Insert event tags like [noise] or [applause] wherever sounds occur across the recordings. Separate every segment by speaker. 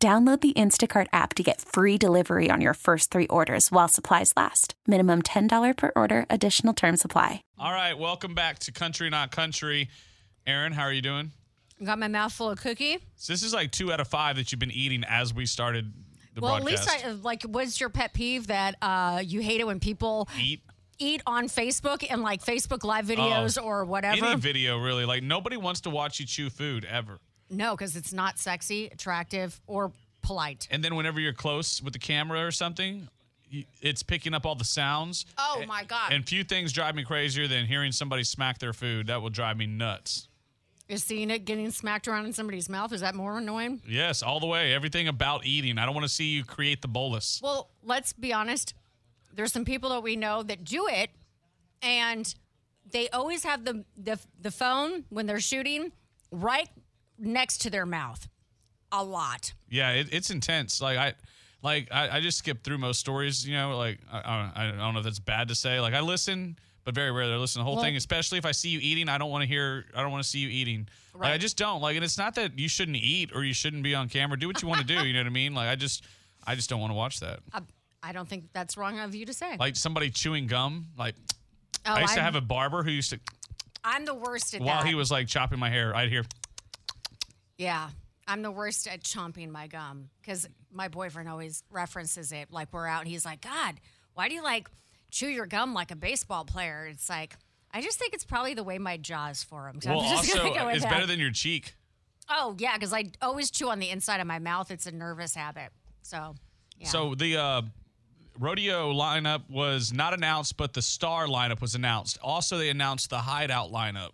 Speaker 1: Download the Instacart app to get free delivery on your first three orders while supplies last. Minimum $10 per order, additional term supply.
Speaker 2: All right, welcome back to Country Not Country. Aaron, how are you doing?
Speaker 3: Got my mouth full of cookie.
Speaker 2: So this is like two out of five that you've been eating as we started the
Speaker 3: Well, at
Speaker 2: broadcast.
Speaker 3: least I like. What's your pet peeve that uh, you hate it when people
Speaker 2: Eat
Speaker 3: eat on Facebook and like Facebook live videos or whatever?
Speaker 2: Oh. any video really. Like nobody wants to watch you chew food ever.
Speaker 3: no, because it's not sexy, attractive, or polite.
Speaker 2: And then whenever you're close with the camera or something, y- it's picking up all the sounds.
Speaker 3: Oh my god!
Speaker 2: And few things drive me crazier than hearing somebody smack their food. That will drive me nuts.
Speaker 3: Is seeing it getting smacked around in somebody's mouth is that more annoying?
Speaker 2: Yes, all the way. Everything about eating. I don't want to see you create the bolus.
Speaker 3: Well, let's be honest. There's some people that we know that do it, and they always have the the, the phone when they're shooting right next to their mouth. A lot.
Speaker 2: Yeah, it, it's intense. Like I, like I, I just skip through most stories. You know, like I, I, don't, I don't know if that's bad to say. Like I listen, but very rarely I listen to the whole thing. Especially if I see you eating, I don't want to hear. I don't want to see you eating. Like I just don't like. And it's not that you shouldn't eat or you shouldn't be on camera. Do what you want to do. You know what I mean? Like I just, I just don't want to watch that.
Speaker 3: I, I don't think that's wrong of you to say.
Speaker 2: Like somebody chewing gum. Like
Speaker 3: oh,
Speaker 2: I used to
Speaker 3: I'm-
Speaker 2: have a barber who used to
Speaker 3: I'm the worst at
Speaker 2: while
Speaker 3: that.
Speaker 2: he was like chopping my hair. I'd hear.
Speaker 3: yeah, I'm the worst at chomping my gum because my boyfriend always references it. Like we're out and he's like, God, why do you like chew your gum like a baseball player? It's like I just think it's probably the way my jaw is formed.
Speaker 2: Well,
Speaker 3: I'm just [laughs]
Speaker 2: also,
Speaker 3: gonna go with
Speaker 2: it's
Speaker 3: that.
Speaker 2: better than your cheek.
Speaker 3: oh yeah, because I always chew on the inside of my mouth. It's a nervous habit. So yeah,
Speaker 2: So the uh, rodeo lineup was not announced, but the star lineup was announced. Also, they announced the hideout lineup.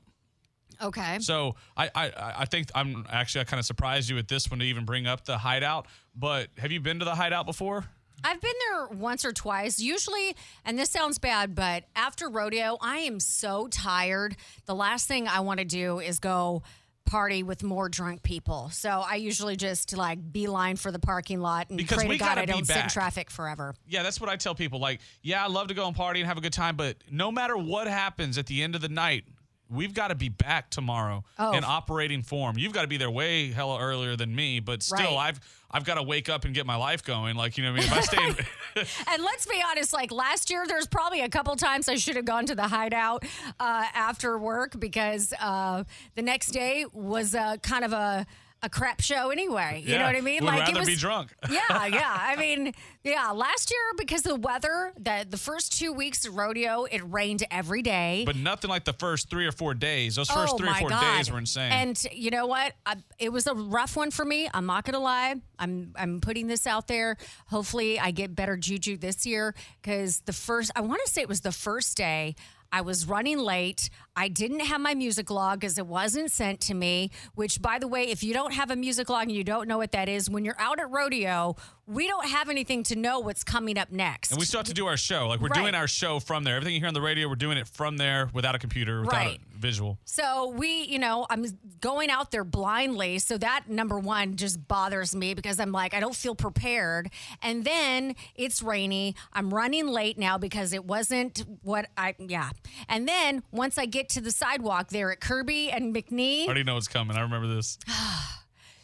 Speaker 3: okay,
Speaker 2: So I I, I think I'm actually I kind of surprised you with this one to even bring up the hideout. But have you been to the hideout before?
Speaker 3: I've been there once or twice. Usually, and this sounds bad, but after rodeo, I am so tired. The last thing I want to do is go party with more drunk people. So I usually just like beeline for the parking lot and
Speaker 2: Because
Speaker 3: pray
Speaker 2: we
Speaker 3: to God
Speaker 2: gotta
Speaker 3: I
Speaker 2: be
Speaker 3: don't sit in
Speaker 2: back.
Speaker 3: traffic forever.
Speaker 2: Yeah, that's what I tell people. Like, yeah, I love to go and party and have a good time, but no matter what happens at the end of the night, we've got to be back tomorrow
Speaker 3: Oh.
Speaker 2: in operating form. You've got to be there way hella earlier than me, but still,
Speaker 3: Right.
Speaker 2: I've I've got to wake up and get my life going. Like, you know, what I mean, if I stay.
Speaker 3: [laughs] And let's be honest, like last year, there's probably a couple times I should have gone to the hideout uh, after work because uh, the next day was uh, kind of a, a crap show anyway. You know
Speaker 2: Yeah,
Speaker 3: what I mean?
Speaker 2: Would rather be
Speaker 3: [laughs]
Speaker 2: drunk.
Speaker 3: yeah, yeah. I mean, yeah. Last year, because the weather, the the first two weeks of rodeo, it rained every day.
Speaker 2: But nothing like the first three or four days. Those first
Speaker 3: Oh,
Speaker 2: three or
Speaker 3: my
Speaker 2: four
Speaker 3: God.
Speaker 2: days were insane.
Speaker 3: And you know what? I, it was a rough one for me. I'm not gonna lie. I'm I'm putting this out there. Hopefully, I get better juju this year because the first I want to say it was the first day. I was running late. I didn't have my music log because it wasn't sent to me. Which, by the way, if you don't have a music log and you don't know what that is, when you're out at rodeo, we don't have anything to know what's coming up next.
Speaker 2: And we still have to do our show. Like we're
Speaker 3: Right.
Speaker 2: doing our show from there. Everything you hear on the radio, we're doing it from there without a computer, without
Speaker 3: Right.
Speaker 2: a visual.
Speaker 3: So we, you know, I'm going out there blindly. So that number one just bothers me because I'm like, I don't feel prepared. And then it's rainy. I'm running late now because it wasn't what I, yeah. And then once I get to the sidewalk there at Kirby and
Speaker 2: I
Speaker 3: McNee,
Speaker 2: already know it's coming. I remember
Speaker 3: [sighs]
Speaker 2: this.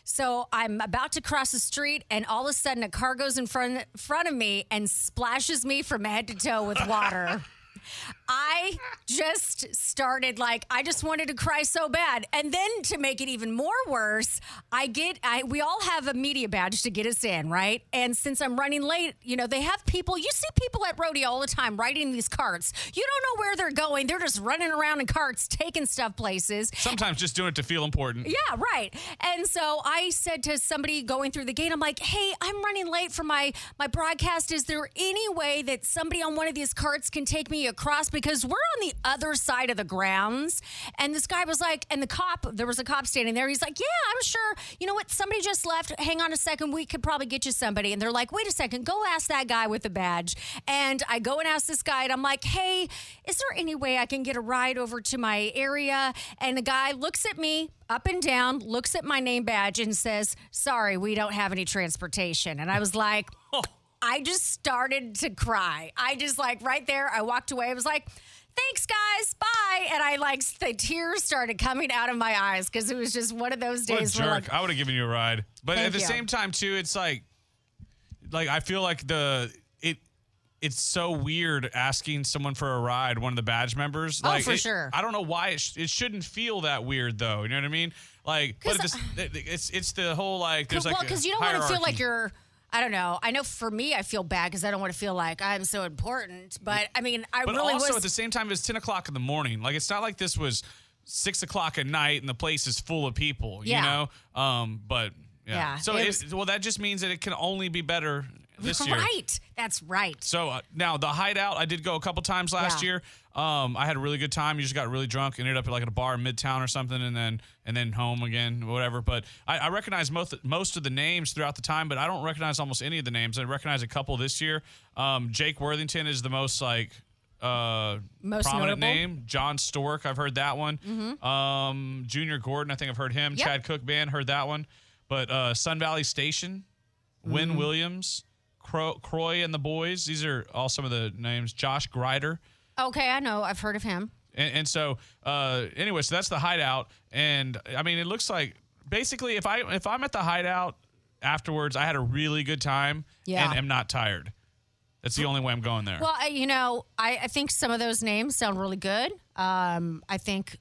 Speaker 3: so I'm about to cross the street, and all of a sudden, a car goes in front front of me and splashes me from head to toe with water. I just started like I just wanted to cry so bad, and then to make it even more worse, I get I we all have a media badge to get us in, right? And since I'm running late, you know they have people. You see people at rodeo all the time riding these carts. You don't know where they're going. They're just running around in carts, taking stuff places,
Speaker 2: Sometimes just doing it to feel important.
Speaker 3: yeah, right. And so I said to somebody going through the gate, I'm like, "Hey, I'm running late for my my broadcast. Is there any way that somebody on one of these carts can take me across?" because we're on the other side of the grounds. And this guy was like, and the cop, there was a cop standing there. He's like, yeah, I'm sure. You know what? Somebody just left. Hang on a second. We could probably get you somebody. And they're like, wait a second. Go ask that guy with the badge. And I go and ask this guy, and I'm like, hey, is there any way I can get a ride over to my area? And the guy looks at me up and down, looks at my name badge, and says, sorry, we don't have any transportation. And I
Speaker 2: [laughs]
Speaker 3: was like, I just started to cry. I just like right there, I walked away. I was like, thanks, guys, bye. And I like, the tears started coming out of my eyes because it was just one of those
Speaker 2: What a
Speaker 3: days
Speaker 2: jerk.
Speaker 3: where like,
Speaker 2: I would have given you a ride. But
Speaker 3: Thank
Speaker 2: at the
Speaker 3: you.
Speaker 2: same time too, it's like like I feel like the it it's so weird asking someone for a ride, one of the badge members.
Speaker 3: Oh,
Speaker 2: like,
Speaker 3: for
Speaker 2: it-
Speaker 3: sure.
Speaker 2: I don't know why it, sh- it shouldn't feel that weird though. You know what I mean? Like, but it just, it- it's it's the whole like there's like
Speaker 3: well, because you don't want to feel like
Speaker 2: you're.
Speaker 3: you're. I don't know. I know for me, I feel bad because I don't want to feel like I'm so important. But I mean, I
Speaker 2: But
Speaker 3: really
Speaker 2: also
Speaker 3: was.
Speaker 2: at the same time, it's ten o'clock in the morning. Like it's not like this was six o'clock at night and the place is full of people.
Speaker 3: Yeah.
Speaker 2: You know. Um. But yeah.
Speaker 3: Yeah,
Speaker 2: so
Speaker 3: it
Speaker 2: it, well, that just means that it can only be better this year.
Speaker 3: right. That's right.
Speaker 2: So uh, now the hideout, I did go a couple times last
Speaker 3: Yeah.
Speaker 2: year. Um, I had a really good time. You just got really drunk, ended up at like at a bar in Midtown or something, and then and then home again, whatever. But I, I recognize most most of the names throughout the time, but I don't recognize almost any of the names. I recognize a couple this year. Um, Jake Worthington is the most like uh,
Speaker 3: Most
Speaker 2: prominent
Speaker 3: notable. Mm-hmm.
Speaker 2: name. John Stork, I've heard that one. Um, Junior Gordon, I think I've heard him.
Speaker 3: Yep.
Speaker 2: Chad Cook Band, heard that one. But uh, Sun Valley Station,
Speaker 3: Mm-hmm.
Speaker 2: Wynn Williams, Cro- Croy and the Boys. These are all some of the names. Josh Grider.
Speaker 3: Okay, I know. I've heard of him.
Speaker 2: And, and so, uh, anyway, so that's the hideout. And I mean, it looks like basically if I if I'm at the hideout afterwards, I had a really good time
Speaker 3: Yeah.
Speaker 2: and am not tired. That's the only way I'm going there.
Speaker 3: Well, I, you know, I, I think some of those names sound really good. Um, I think,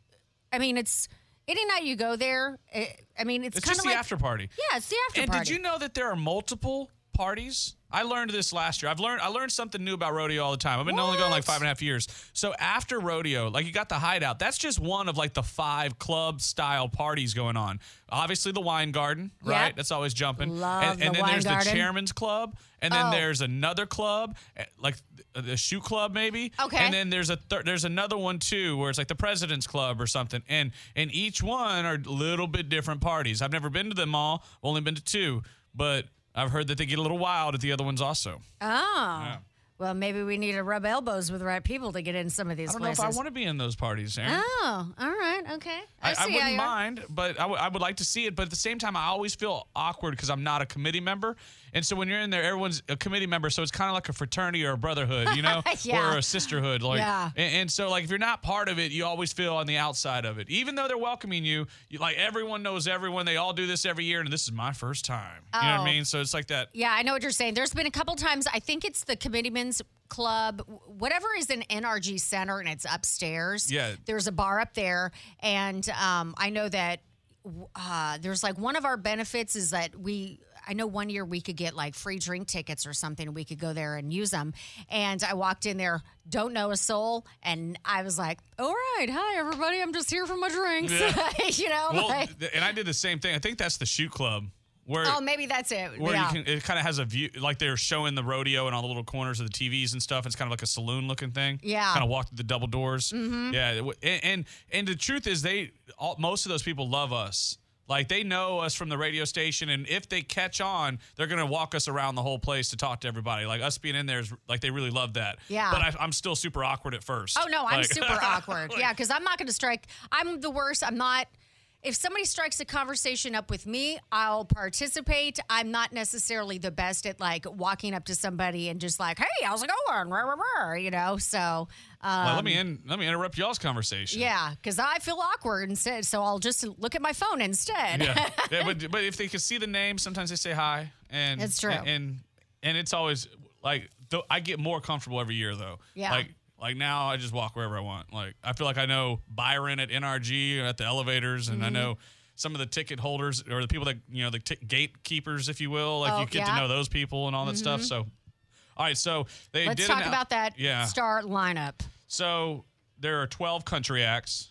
Speaker 3: I mean, it's any night you go there. It, I mean, it's,
Speaker 2: it's
Speaker 3: kind
Speaker 2: just
Speaker 3: of
Speaker 2: the
Speaker 3: like
Speaker 2: after party.
Speaker 3: yeah, it's the after
Speaker 2: And
Speaker 3: party.
Speaker 2: did you know that there are multiple parties? I learned this last year. I've learned I learned something new about rodeo all the time. I've been only going like five and a half years. So after rodeo, like you got the hideout. That's just one of like the five club style parties going on. Obviously the wine garden,
Speaker 3: Yep.
Speaker 2: right? That's always jumping.
Speaker 3: Love
Speaker 2: and, and
Speaker 3: the
Speaker 2: then
Speaker 3: wine
Speaker 2: there's
Speaker 3: garden.
Speaker 2: the chairman's club, and then
Speaker 3: Oh.
Speaker 2: there's another club, eh, like th- the shoe club maybe.
Speaker 3: Okay.
Speaker 2: And then there's a thir- there's another one too where it's like the president's club or something, and and each one are little bit different parties. I've never been to them all. I've only been to two, but I've heard that they get a little wild at the other ones also.
Speaker 3: oh, well, maybe we need to rub elbows with the right people to get in some of these
Speaker 2: I don't
Speaker 3: places.
Speaker 2: know if I want to be in those parties, Aaron.
Speaker 3: oh, all right, okay. I,
Speaker 2: I,
Speaker 3: see
Speaker 2: I
Speaker 3: how
Speaker 2: wouldn't
Speaker 3: you are.
Speaker 2: mind, but I, w- I would like to see it. But at the same time, I always feel awkward because I'm not a committee member. And so when you're in there, everyone's a committee member. So it's kind of like a fraternity or a brotherhood, you know,
Speaker 3: [laughs] Yeah.
Speaker 2: or a sisterhood. Like,
Speaker 3: Yeah.
Speaker 2: and, and so like if you're not part of it, you always feel on the outside of it, even though they're welcoming you. you like everyone knows everyone. They all do this every year, and this is my first time. You know what
Speaker 3: Oh.
Speaker 2: I mean? So it's like that.
Speaker 3: Yeah, I know what you're saying. There's been a couple times. I think it's the Committeemen's Club, w- whatever is in NRG Center, and it's upstairs.
Speaker 2: Yeah.
Speaker 3: there's a bar up there, and um, I know that w- uh, there's like one of our benefits is that we. I know one year we could get like free drink tickets or something. We could go there and use them. And I walked in there, don't know a soul, and I was like, "All right, hi everybody, I'm just here for my drinks."
Speaker 2: Yeah.
Speaker 3: [laughs] you know,
Speaker 2: Well,
Speaker 3: [laughs] like,
Speaker 2: th- and I did the same thing. I think that's the shoot club. Where,
Speaker 3: oh, maybe that's it.
Speaker 2: where
Speaker 3: yeah.
Speaker 2: you can it kind of has a view like they're showing the rodeo and all the little corners of the TVs and stuff. It's kind of like a saloon looking thing.
Speaker 3: Yeah.
Speaker 2: kind of walk through the double doors. Mm-hmm. Yeah, it w- and, and and the truth is they all, most of those people love us. Like they know us from the radio station, and if they catch on, they're gonna walk us around the whole place to talk to everybody. Like us being in there is like they really love that.
Speaker 3: Yeah.
Speaker 2: but I, I'm still super awkward at first.
Speaker 3: Oh no, I'm
Speaker 2: Like- [laughs]
Speaker 3: super awkward. yeah, because I'm not going to strike. I'm the worst. I'm not. If somebody strikes a conversation up with me, I'll participate. I'm not necessarily the best at like walking up to somebody and just like, "Hey, how's it going?" Rah, rah, rah, you know. So, um,
Speaker 2: Well, let me in, let me interrupt y'all's conversation.
Speaker 3: yeah, because I feel awkward instead, so I'll just look at my phone instead.
Speaker 2: yeah.
Speaker 3: [laughs]
Speaker 2: Yeah, but but if they can see the name, sometimes they say hi, and
Speaker 3: It's true.
Speaker 2: And and it's always like though I get more comfortable every year though.
Speaker 3: Yeah.
Speaker 2: Like like now I just walk wherever I want. Like I feel like I know Byron at NRG or at the elevators, and
Speaker 3: Mm-hmm.
Speaker 2: I know some of the ticket holders or the people that you know the t- gatekeepers, if you will. Like
Speaker 3: Oh,
Speaker 2: you get
Speaker 3: yeah. Mm-hmm.
Speaker 2: to know those people and all that stuff. So. All right, so they
Speaker 3: Let's
Speaker 2: did
Speaker 3: talk
Speaker 2: annou-
Speaker 3: about that
Speaker 2: Yeah,
Speaker 3: star lineup.
Speaker 2: so there are 12 country acts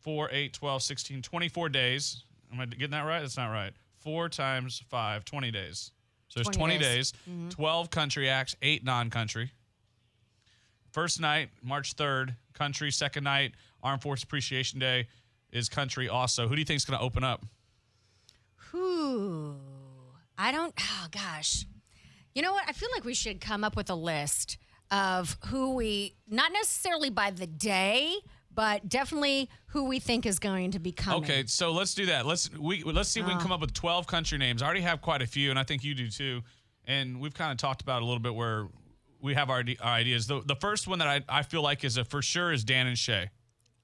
Speaker 2: 4, 8, 12, 16, 24 days. Am I getting that right? That's not right. 4 times 5, 20 days. So there's
Speaker 3: 20
Speaker 2: 20, days,
Speaker 3: days.
Speaker 2: 12 country acts, 8 non country. First night, March 3rd, country. Second night, Armed Force Appreciation Day is country also. Who do you think is going to open up?
Speaker 3: Whew. I don't, oh gosh. You know what? I feel like we should come up with a list of who we, not necessarily by the day, but definitely who we think is going to be coming.
Speaker 2: Okay, so let's do that. Let's we let's see if
Speaker 3: Uh.
Speaker 2: we can come up with 12 country names. I already have quite a few, and I think you do too. And we've kind of talked about it a little bit where we have our, our ideas. The, the first one that I, I feel like is a for sure is Dan and Shay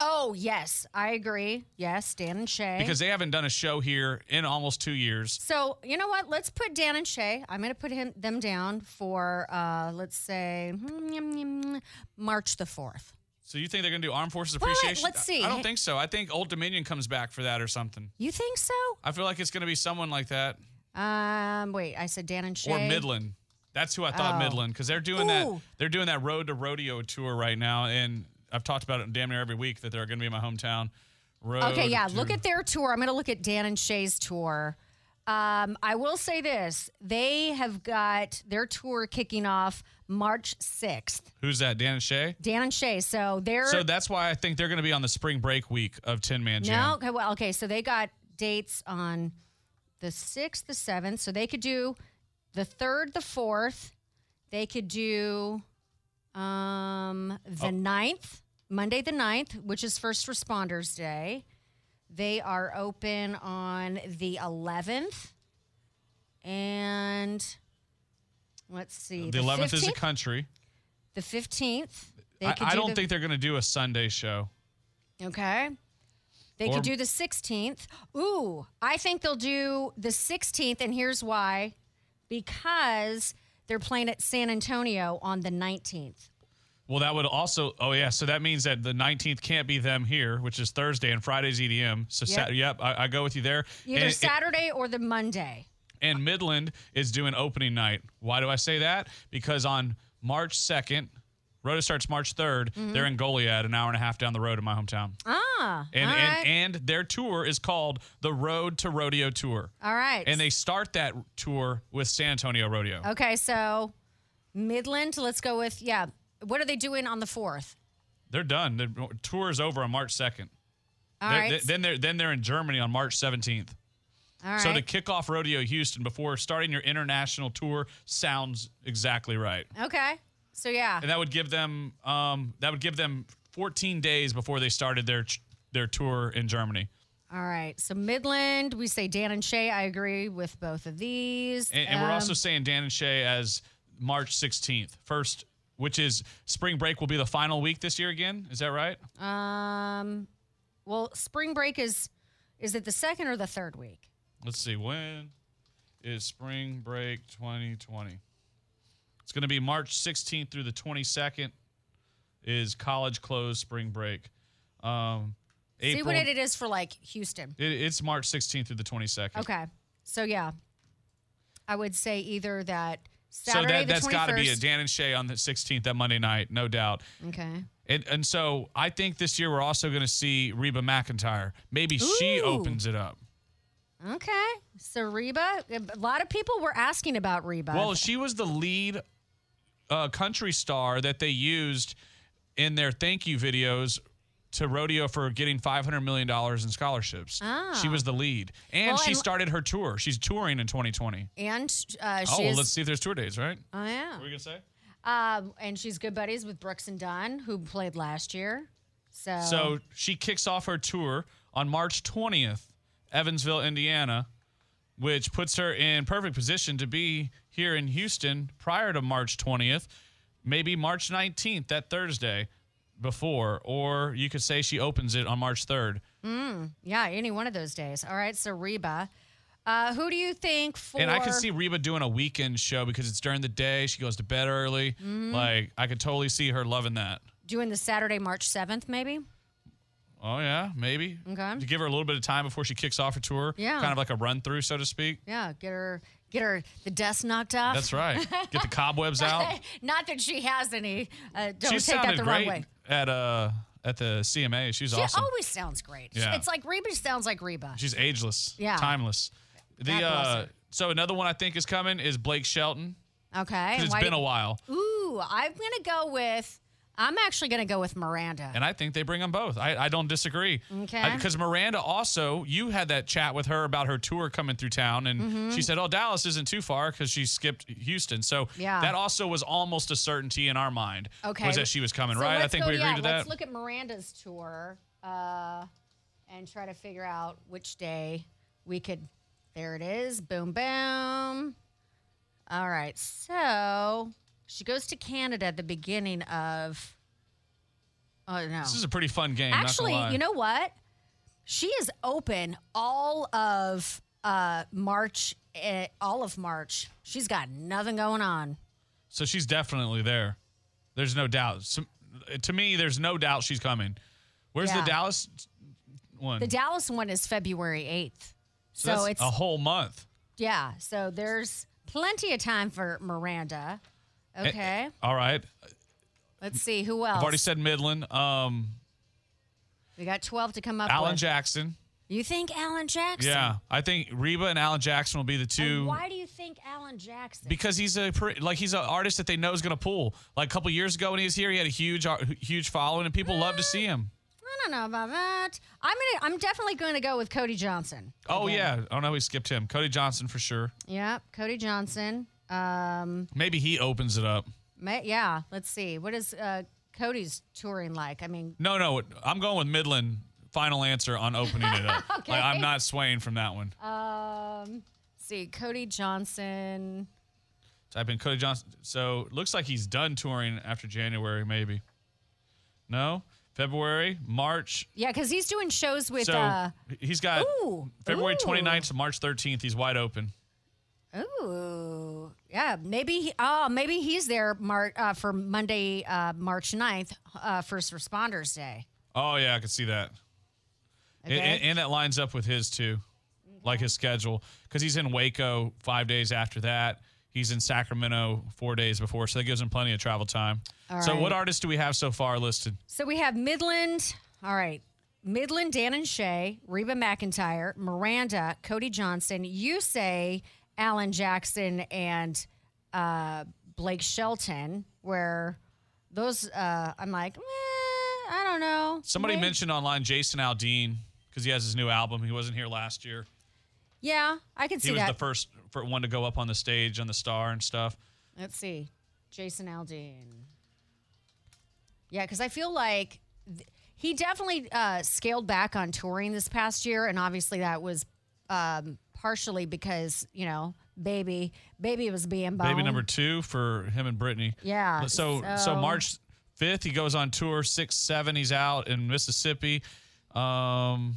Speaker 3: Oh, yes. I agree. Yes, Dan and Shay.
Speaker 2: because they haven't done a show here in almost two years.
Speaker 3: so, you know what? Let's put Dan and Shay. I'm going to put him, them down for, uh, let's say, hmm, March the 4th.
Speaker 2: So you think they're going to do Armed Forces
Speaker 3: wait,
Speaker 2: Appreciation?
Speaker 3: let's see.
Speaker 2: I don't think so. I think Old Dominion comes back for that or something.
Speaker 3: You think so?
Speaker 2: I feel like it's going to be someone like that
Speaker 3: Um, wait, I said Dan and Shay.
Speaker 2: or Midland. That's who I thought
Speaker 3: Oh.
Speaker 2: Midland because they're doing that.
Speaker 3: Ooh.
Speaker 2: They're doing that road to rodeo tour right now, and I've talked about it damn near every week that they're going to be in my hometown. Road
Speaker 3: Okay, yeah. Look
Speaker 2: to-
Speaker 3: at their tour. I'm going to look at Dan and Shay's tour. Um, I will say this: they have got their tour kicking off March 6th.
Speaker 2: who's that? Dan and Shay.
Speaker 3: Dan and Shay. So they're
Speaker 2: So that's why I think they're going to be on the spring break week of Tin Man Jam.
Speaker 3: Er no. Okay, well, okay. So they got dates on the 6th, the 7th. So they could do the 3rd, the 4th. They could do um,
Speaker 2: Oh.
Speaker 3: the ninth, 9th, Monday the 9th, which is First Responders Day. They are open on the 11th. And let's see.
Speaker 2: the 11th is a
Speaker 3: 15th?
Speaker 2: country.
Speaker 3: The 15th. They
Speaker 2: I,
Speaker 3: could
Speaker 2: I
Speaker 3: do
Speaker 2: don't
Speaker 3: the-
Speaker 2: think they're going to do a Sunday show.
Speaker 3: Okay. They
Speaker 2: Or-
Speaker 3: could do the 16th. Ooh, I think they'll do the 16th, and here's why because they're playing at San Antonio on the 19th.
Speaker 2: Well, that would also. Oh yeah, so that means that the nineteenth can't be them here, which is Thursday, and Friday's EDM. So
Speaker 3: Yep.
Speaker 2: yep, yep I, I go with you there.
Speaker 3: Either
Speaker 2: and,
Speaker 3: Saturday or the Monday.
Speaker 2: and Midland is doing opening night. Why do I say that? Because on March second, Rhoda starts March 3rd They're in Goliad, an hour and a half down the road in my hometown,
Speaker 3: Ah.
Speaker 2: and
Speaker 3: all
Speaker 2: and,
Speaker 3: right.
Speaker 2: and their tour is called the Road to Rodeo Tour,
Speaker 3: all right.
Speaker 2: and they start that tour with San Antonio Rodeo.
Speaker 3: okay, so Midland, let's go with, yeah. What are they doing on the 4th?
Speaker 2: They're done. The tour is over on March second.
Speaker 3: All right.
Speaker 2: then they're then they're in Germany on March seventeenth.
Speaker 3: all right.
Speaker 2: So to kick off Rodeo Houston before starting your international tour sounds exactly right,
Speaker 3: okay. So, yeah.
Speaker 2: and that would give them um, that would give them 14 days before they started their ch- their tour in Germany.
Speaker 3: All right. So, Midland, we say Dan and Shay. I agree with both of these.
Speaker 2: And, and we're
Speaker 3: Um,
Speaker 2: also saying Dan and Shay as March 16th, first, which is spring break will be the final week this year again. Is that right?
Speaker 3: Um, well, spring break is is it the second or the third week?
Speaker 2: Let's see when is spring break 2020. It's going to be March 16th through the 22nd. Is college closed spring break? Um,
Speaker 3: See
Speaker 2: April.
Speaker 3: what it is for like Houston.
Speaker 2: it- it's March 16th through the 22nd.
Speaker 3: Okay, so yeah, I would say either that
Speaker 2: So
Speaker 3: Saturday
Speaker 2: that,
Speaker 3: the
Speaker 2: that's
Speaker 3: twenty
Speaker 2: got to be a
Speaker 3: first.
Speaker 2: Dan and Shay on the 16th, that Monday night, no doubt.
Speaker 3: okay,
Speaker 2: And, and so I think this year we're also going to see Reba McIntyre. Maybe she
Speaker 3: Ooh.
Speaker 2: opens it up.
Speaker 3: okay. So Reba, a lot of people were asking about Reba.
Speaker 2: Well, she was the lead uh, country star that they used in their thank you videos to rodeo for getting five hundred million dollars in scholarships. She was the lead, and
Speaker 3: Ah. Well,
Speaker 2: she
Speaker 3: and-
Speaker 2: started her tour. She's touring in 2020.
Speaker 3: and uh,
Speaker 2: oh,
Speaker 3: she
Speaker 2: well,
Speaker 3: is-
Speaker 2: let's see if there's tour dates, right?
Speaker 3: Oh yeah,
Speaker 2: What were you gonna say?
Speaker 3: um, and she's good buddies with Brooks and Dunn, who played last year. So
Speaker 2: So she kicks off her tour on March 20th, Evansville, Indiana, which puts her in perfect position to be here in Houston prior to March 20th, maybe March 19th, that Thursday before, or you could say she opens it on March 3rd.
Speaker 3: yeah, any one of those days. All right, so Reba. Uh, who do you think for?
Speaker 2: And I could see Reba doing a weekend show because it's during the day. She goes to bed early.
Speaker 3: Mm-hmm.
Speaker 2: Like, I could totally see her loving that.
Speaker 3: doing the Saturday, March 7th, maybe.
Speaker 2: Oh, yeah, maybe.
Speaker 3: Okay.
Speaker 2: To give her a little bit of time before she kicks off her tour.
Speaker 3: Yeah.
Speaker 2: Kind of like a run through, so to speak.
Speaker 3: Yeah, get her get her the dust knocked
Speaker 2: [laughs]
Speaker 3: off. [laughs]
Speaker 2: That's right. Get the cobwebs out.
Speaker 3: Not that she has any. Uh, [laughs] don't
Speaker 2: she
Speaker 3: take that
Speaker 2: sounded
Speaker 3: the wrong
Speaker 2: great
Speaker 3: way.
Speaker 2: at uh at the CMA. She's
Speaker 3: She oh.
Speaker 2: awesome.
Speaker 3: always sounds great.
Speaker 2: Yeah.
Speaker 3: It's like Reba sounds like Reba.
Speaker 2: She's ageless.
Speaker 3: Yeah.
Speaker 2: Timeless. The
Speaker 3: God bless
Speaker 2: uh
Speaker 3: her.
Speaker 2: so another one I think is coming is Blake Shelton.
Speaker 3: Okay.
Speaker 2: It's
Speaker 3: why
Speaker 2: been
Speaker 3: do-
Speaker 2: a while.
Speaker 3: Ooh, I'm gonna go with I'm actually going to go with Miranda.
Speaker 2: And I think they bring them both. I, I don't disagree.
Speaker 3: Okay.
Speaker 2: Because Miranda also, you had that chat with her about her tour coming through town, and
Speaker 3: Mm-hmm.
Speaker 2: she said, "Oh, Dallas isn't too far because she skipped Houston." So
Speaker 3: Yeah.
Speaker 2: that also was almost a certainty in our mind.
Speaker 3: Okay.
Speaker 2: Was that she was coming
Speaker 3: So
Speaker 2: right? I
Speaker 3: let's
Speaker 2: think
Speaker 3: go-
Speaker 2: we agreed
Speaker 3: yeah,
Speaker 2: to
Speaker 3: Let's
Speaker 2: that.
Speaker 3: look at Miranda's tour uh, and try to figure out which day we could. There it is. Boom, boom. All right. So she goes to Canada at the beginning of. Oh, no.
Speaker 2: this is a pretty fun game. not gonna
Speaker 3: Actually,
Speaker 2: lie.
Speaker 3: you know what? She is open all of uh, March, eh, all of March. She's got nothing going on.
Speaker 2: So she's definitely there. There's no doubt. Some, to me, there's no doubt she's coming. Where's
Speaker 3: Yeah.
Speaker 2: the Dallas one?
Speaker 3: The Dallas one is February 8th. So,
Speaker 2: that's
Speaker 3: it's,
Speaker 2: a whole month.
Speaker 3: yeah. So there's plenty of time for Miranda.
Speaker 2: Eh,
Speaker 3: Okay.
Speaker 2: All right.
Speaker 3: Let's see who else.
Speaker 2: I've already said Midland. Um,
Speaker 3: we got 12 to come up
Speaker 2: Alan
Speaker 3: with.
Speaker 2: Jackson.
Speaker 3: you think Alan Jackson?
Speaker 2: Yeah, I think Reba and Alan Jackson will be the
Speaker 3: And
Speaker 2: two.
Speaker 3: why do you think Alan Jackson?
Speaker 2: Because he's a pre- like he's an artist that they know is gonna pull. Like a couple years ago when he was here, he had a huge ar- huge following and people love to see him.
Speaker 3: I don't know about that. I'm gonna. I'm definitely going to go with Cody Johnson.
Speaker 2: Oh yeah, oh no, we skipped him. Cody Johnson for sure.
Speaker 3: Yep, Cody Johnson. Um,
Speaker 2: Maybe he opens it up.
Speaker 3: ma- yeah, let's see. What is uh, Cody's touring like? I mean,
Speaker 2: No, no, I'm going with Midland. Final answer on opening it
Speaker 3: [laughs]
Speaker 2: up. Like, I'm not swaying from that one.
Speaker 3: um, let's see, Cody Johnson.
Speaker 2: Type in Cody Johnson. So looks like he's done touring after January, maybe. No, February, March.
Speaker 3: Yeah, because he's doing shows with.
Speaker 2: so
Speaker 3: uh,
Speaker 2: he's got
Speaker 3: ooh,
Speaker 2: February
Speaker 3: ooh.
Speaker 2: 29th to March 13th. He's wide open.
Speaker 3: Ooh, yeah, maybe. He, oh, maybe he's there Mar- uh, for Monday, uh, March 9th, uh, First Responders Day.
Speaker 2: Oh yeah, I can see that. And-
Speaker 3: Okay.
Speaker 2: And, and that lines up with his too, like his schedule, because he's in Waco five days after that. He's in Sacramento four days before, so that gives him plenty of travel time.
Speaker 3: All
Speaker 2: so,
Speaker 3: right.
Speaker 2: what artists do we have so far listed?
Speaker 3: So we have Midland. All right. Midland, Dan and Shay, Reba McIntyre, Miranda, Cody Johnson. You say Alan Jackson and uh, Blake Shelton, where those, uh, I'm like, meh, I don't know.
Speaker 2: Somebody
Speaker 3: May-
Speaker 2: mentioned online Jason Aldean because he has his new album. He wasn't here last year.
Speaker 3: Yeah, I can
Speaker 2: He
Speaker 3: see
Speaker 2: was
Speaker 3: that.
Speaker 2: the first for one to go up on the stage on the star and stuff.
Speaker 3: Let's see. Jason Aldean. Yeah, because I feel like th- he definitely uh, scaled back on touring this past year. And obviously that was um, partially because, you know, baby, baby was being boned.
Speaker 2: Baby number two for him and Brittany.
Speaker 3: Yeah,
Speaker 2: So so,
Speaker 3: so-
Speaker 2: March fifth he goes on tour. Six seven he's out in Mississippi, um,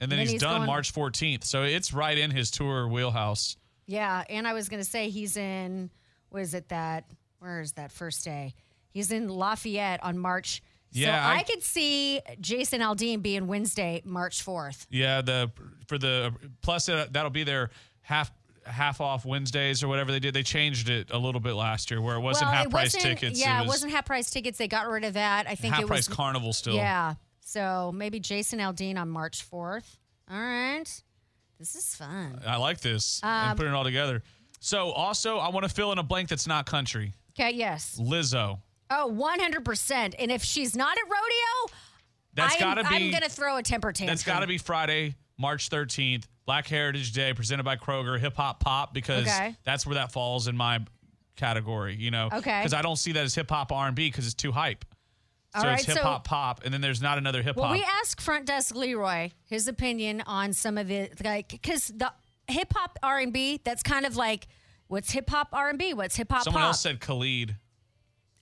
Speaker 2: and then,
Speaker 3: Then
Speaker 2: he's,
Speaker 3: he's
Speaker 2: done
Speaker 3: going-
Speaker 2: March fourteenth. So it's right in his tour wheelhouse.
Speaker 3: Yeah. And I was going to say he's in, what is it that, where is that first day? He's in Lafayette on March.
Speaker 2: Yeah,
Speaker 3: So I,
Speaker 2: I-
Speaker 3: could see Jason Aldean being Wednesday, March 4th.
Speaker 2: Yeah, the for the plus uh, that'll be their half half off Wednesdays or whatever they did. They changed it a little bit last year where it wasn't half price tickets.
Speaker 3: Yeah,
Speaker 2: it was,
Speaker 3: not half price tickets. They got rid of that. I think
Speaker 2: half
Speaker 3: it
Speaker 2: price
Speaker 3: was
Speaker 2: carnival still.
Speaker 3: Yeah. So maybe Jason Aldean on March 4th. All right. This is fun.
Speaker 2: I like this
Speaker 3: Um,
Speaker 2: and putting it all together. So also I want to fill in a blank that's not country.
Speaker 3: Okay, yes.
Speaker 2: Lizzo.
Speaker 3: Oh, 100%. And if she's not at rodeo,
Speaker 2: That's
Speaker 3: I'm,
Speaker 2: got to be
Speaker 3: I'm going to throw a temper tantrum.
Speaker 2: That's got to be Friday, March 13th, Black Heritage Day, presented by Kroger, Hip Hop Pop, because
Speaker 3: Okay.
Speaker 2: that's where that falls in my category, you know?
Speaker 3: Okay.
Speaker 2: Because I don't see that as hip hop R&B because it's too hype. So
Speaker 3: All right,
Speaker 2: it's
Speaker 3: so-
Speaker 2: hip hop pop, and then there's not another hip hop.
Speaker 3: Well, we asked front desk Leroy his opinion on some of the like because the hip hop R and B. That's kind of like what's hip hop R and B. What's hip hop
Speaker 2: Someone
Speaker 3: pop?
Speaker 2: else said Khalid,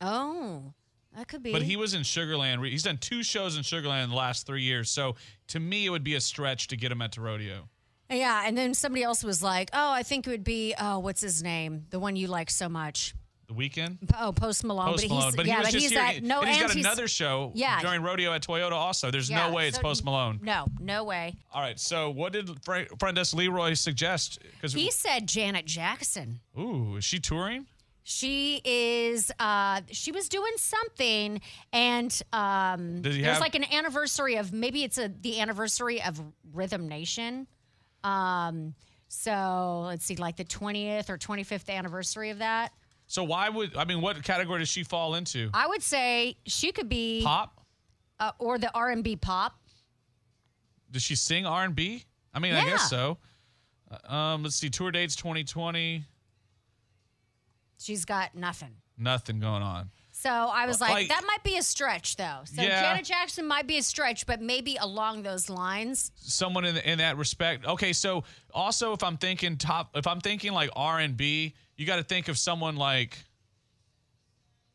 Speaker 3: oh, that could be.
Speaker 2: but he was in Sugarland. re- He's done two shows in Sugarland in the last three years. So to me, it would be a stretch to get him at the rodeo.
Speaker 3: Yeah, and then somebody else was like, "Oh, I think it would be oh, what's his name, the one you like so much,
Speaker 2: The weekend?
Speaker 3: oh Post Malone."
Speaker 2: Post Malone. But he
Speaker 3: yeah,
Speaker 2: was
Speaker 3: but
Speaker 2: just
Speaker 3: he's
Speaker 2: here.
Speaker 3: at
Speaker 2: He-
Speaker 3: no,
Speaker 2: and he's got
Speaker 3: he's-
Speaker 2: another show
Speaker 3: Yeah.
Speaker 2: during rodeo at Toyota also. There's
Speaker 3: yeah,
Speaker 2: no way it's
Speaker 3: so-
Speaker 2: Post Malone.
Speaker 3: No, no way.
Speaker 2: All right. So, what did Fra- friend us Leroy suggest? Because
Speaker 3: He said Janet Jackson.
Speaker 2: ooh, is she touring?
Speaker 3: She is. Uh, she was doing something, and um,
Speaker 2: Does he
Speaker 3: there's
Speaker 2: have-
Speaker 3: like an anniversary of maybe it's a the anniversary of Rhythm Nation. Um, so let's see, like the twentieth or twenty fifth anniversary of that.
Speaker 2: So why would I mean? What category does she fall into?
Speaker 3: I would say she could be
Speaker 2: Pop?
Speaker 3: uh, or the R and B pop.
Speaker 2: Does she sing R and B? I mean, I
Speaker 3: Yeah.
Speaker 2: guess so. Uh, Um, let's see. Tour dates 2020.
Speaker 3: She's got nothing.
Speaker 2: Nothing going on.
Speaker 3: So I was like,
Speaker 2: Like-
Speaker 3: that might be a stretch though. So
Speaker 2: Yeah.
Speaker 3: Janet Jackson might be a stretch, but maybe along those lines.
Speaker 2: someone in in that respect. Okay, so also if I'm thinking top, if I'm thinking like R and B, you got to think of someone like.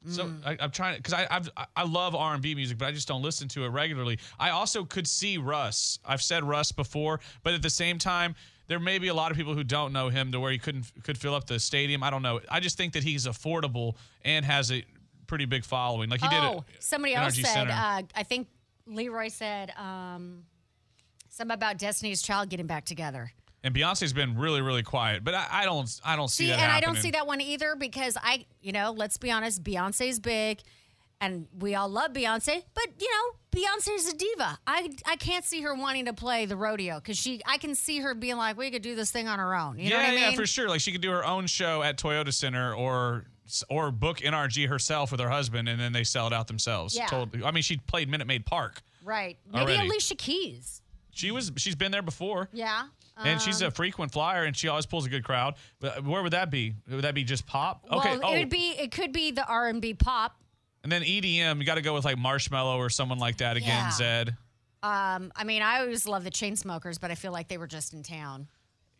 Speaker 2: So
Speaker 3: Mm.
Speaker 2: I, I'm trying because I I've, I- I love R and B music, but I just don't listen to it regularly. I also could see Russ. I've said Russ before, but at the same time, there may be a lot of people who don't know him to where he couldn't could fill up the stadium. I don't know. I just think that he's affordable and has a pretty big following. Like he did.
Speaker 3: oh,
Speaker 2: it-
Speaker 3: somebody else
Speaker 2: NRG
Speaker 3: said.
Speaker 2: Center.
Speaker 3: Uh, I think Leroy said um, something about Destiny's Child getting back together.
Speaker 2: and Beyonce's been really really quiet, but I, I don't I don't see,
Speaker 3: See,
Speaker 2: that.
Speaker 3: and I don't
Speaker 2: happening.
Speaker 3: see that one either because I, you know, let's be honest, Beyonce's big, and we all love Beyonce, but you know, Beyonce's a diva. I I can't see her wanting to play the rodeo because she. I can see her being like, we could do this thing on our own. You know
Speaker 2: yeah,
Speaker 3: what I mean?
Speaker 2: yeah, for sure. Like she could do her own show at Toyota Center or or book NRG herself with her husband, and then they sell it out themselves.
Speaker 3: Yeah.
Speaker 2: Totally. I mean, she played Minute Maid Park.
Speaker 3: Right. Maybe
Speaker 2: Already.
Speaker 3: Alicia Keys.
Speaker 2: She was she's been there before,
Speaker 3: Yeah. Um,
Speaker 2: and she's a frequent flyer, and she always pulls a good crowd. But where would that be? Would that be just pop? okay.
Speaker 3: Well,
Speaker 2: oh,
Speaker 3: it would be. It could be the R and B pop.
Speaker 2: and then EDM. You got to go with like Marshmallow or someone like that again.
Speaker 3: Yeah.
Speaker 2: Zed.
Speaker 3: Um, I mean, I always love the Chainsmokers, but I feel like they were just in town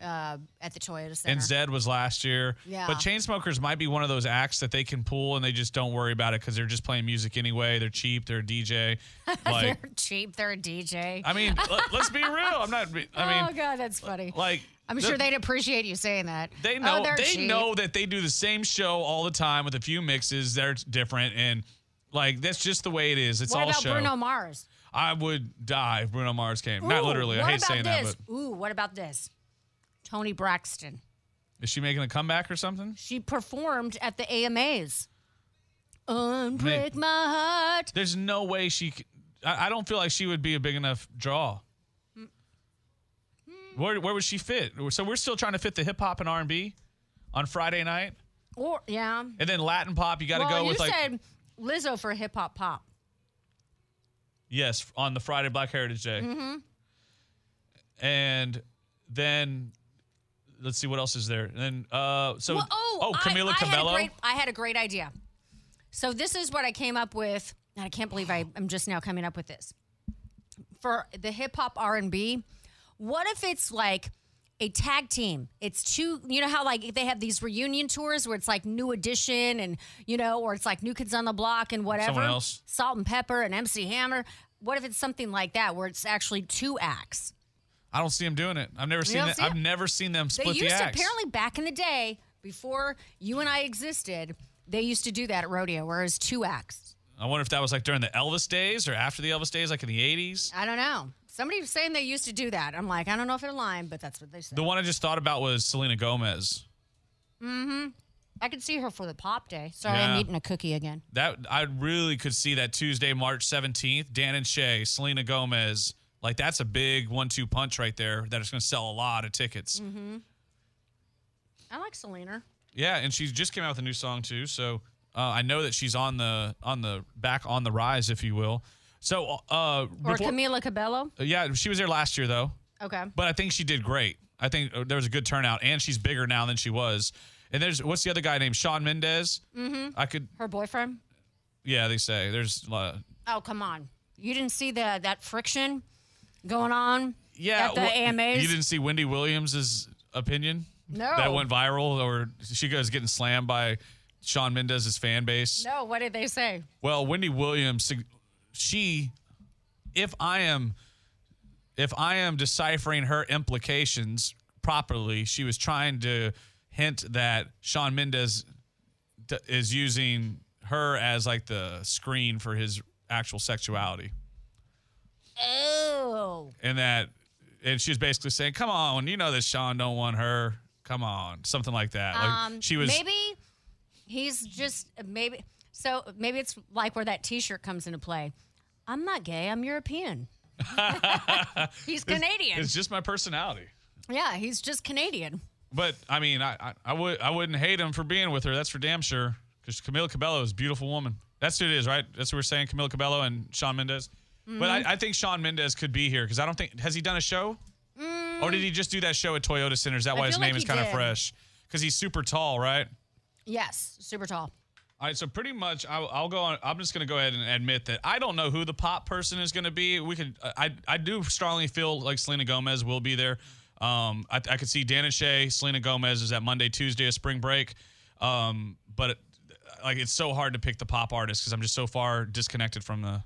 Speaker 3: uh, at the Toyota Center.
Speaker 2: And Zed was last year.
Speaker 3: Yeah.
Speaker 2: But Chainsmokers might be one of those acts that they can pull and they just don't worry about it because they're just playing music anyway. They're cheap. They're a DJ. Like,
Speaker 3: [laughs] they're [laughs] cheap. They're a DJ.
Speaker 2: I
Speaker 3: [laughs]
Speaker 2: mean, let, us be real. I'm not. be- I
Speaker 3: oh
Speaker 2: mean,
Speaker 3: God, that's funny.
Speaker 2: like
Speaker 3: I'm sure they'd appreciate you saying that.
Speaker 2: they
Speaker 3: Oh,
Speaker 2: know
Speaker 3: they're
Speaker 2: they
Speaker 3: cheap.
Speaker 2: know that they do the same show all the time with a few mixes. They're different and. Like that's just the way it is. It's
Speaker 3: What
Speaker 2: all
Speaker 3: about
Speaker 2: show.
Speaker 3: Bruno Mars?
Speaker 2: I would die if Bruno Mars came. Not
Speaker 3: Ooh,
Speaker 2: literally.
Speaker 3: What
Speaker 2: I hate
Speaker 3: about
Speaker 2: saying
Speaker 3: this?
Speaker 2: that, but
Speaker 3: Ooh, what about this? Tony Braxton.
Speaker 2: is she making a comeback or something?
Speaker 3: She performed at the AMAs. Unbreak my heart.
Speaker 2: There's no way she. c- I, I don't feel like she would be a big enough draw.
Speaker 3: Hmm.
Speaker 2: Where where would she fit? So we're still trying to fit the hip hop and R and B on Friday night,
Speaker 3: Or yeah.
Speaker 2: and then Latin pop. You got to
Speaker 3: well,
Speaker 2: go
Speaker 3: you
Speaker 2: with like
Speaker 3: said Lizzo for hip hop pop.
Speaker 2: Yes, on the Friday Black Heritage Day.
Speaker 3: Mm-hmm.
Speaker 2: And then let's see what else is there. And then uh so
Speaker 3: Well, oh,
Speaker 2: Camila
Speaker 3: I, I Had a
Speaker 2: Cabello.
Speaker 3: great, I had a great idea. So this is what I came up with, and I can't believe I am just now coming up with this for the hip hop R and B. What if it's like a tag team? It's two. You know how like they have these reunion tours where it's like New Edition and you know, or it's like New Kids on the Block and whatever.
Speaker 2: Someone else.
Speaker 3: Salt and Pepper and MC Hammer. What if it's something like that where it's actually two acts?
Speaker 2: I don't see them doing it. I've never seen
Speaker 3: don't
Speaker 2: that.
Speaker 3: see it?
Speaker 2: I've never seen them
Speaker 3: They
Speaker 2: split
Speaker 3: used
Speaker 2: the
Speaker 3: to,
Speaker 2: acts.
Speaker 3: apparently back in the day, before you and I existed, they used to do that at rodeo, where it was two acts.
Speaker 2: I wonder if that was like during the Elvis days or after the Elvis days, like in the eighties.
Speaker 3: I don't know. Somebody was saying they used to do that. I'm like, I don't know if they're lying, but that's what they said.
Speaker 2: The one I just thought about was Selena Gomez.
Speaker 3: I could see her for the pop day. Sorry, I'm
Speaker 2: Yeah.
Speaker 3: eating a cookie again.
Speaker 2: That I really could see that Tuesday, March seventeenth, Dan and Shay, Selena Gomez. Like that's a big one-two punch right there. That is going to sell a lot of tickets.
Speaker 3: Mm-hmm. I like Selena.
Speaker 2: Yeah, and she just came out with a new song too. So uh, I know that she's on the on the back on the rise, if you will. So uh,
Speaker 3: Or
Speaker 2: before-
Speaker 3: Camila Cabello.
Speaker 2: yeah, she was there last year though,
Speaker 3: Okay.
Speaker 2: but I think she did great. I think uh, there was a good turnout, and she's bigger now than she was. And there's what's the other guy named Sean Mendez? Mm-hmm. I could,
Speaker 3: Her boyfriend.
Speaker 2: yeah, they say there's. Uh,
Speaker 3: Oh, come on. You didn't see the that friction going on
Speaker 2: yeah,
Speaker 3: at the
Speaker 2: wha-
Speaker 3: AMAs?
Speaker 2: You didn't see Wendy Williams' opinion?
Speaker 3: No.
Speaker 2: That went viral, or she goes getting slammed by Sean Mendez's fan base.
Speaker 3: no, what did they say?
Speaker 2: Well, Wendy Williams, sig- she, if I am, if I am deciphering her implications properly, she was trying to hint that Sean Mendez d- is using her as like the screen for his actual sexuality,
Speaker 3: Oh.
Speaker 2: and that, and she was basically saying, "Come on, you know that Sean don't want her. Come on, something like that."
Speaker 3: Um,
Speaker 2: like she was.
Speaker 3: maybe he's just maybe so maybe it's like where that T-shirt comes into play. I'm not gay.
Speaker 2: [laughs]
Speaker 3: I'm European. he's Canadian.
Speaker 2: it's just my personality.
Speaker 3: yeah, he's just Canadian.
Speaker 2: But I mean, I, I, I would I wouldn't hate him for being with her. That's for damn sure. Because Camila Cabello is a beautiful woman. That's who it is, right? That's what we're saying. Camila Cabello and Sean Mendez. But
Speaker 3: Mm-hmm.
Speaker 2: I, I think Sean Mendez could be here because I don't think has he done a show, or did he just do that show at Toyota Center? Is that why his
Speaker 3: Mm. feel
Speaker 2: name is
Speaker 3: like he
Speaker 2: kind of
Speaker 3: did.
Speaker 2: fresh? Because he's super tall, right?
Speaker 3: Yes, super tall.
Speaker 2: All right, so pretty much, I'll, I'll go on. I'm just going to go ahead and admit that I don't know who the pop person is going to be. We could, I, I do strongly feel like Selena Gomez will be there. Um, I, I could see Dan and Shay. Selena Gomez is at Monday, Tuesday of spring break. Um, but like, it's so hard to pick the pop artist because I'm just so far disconnected from the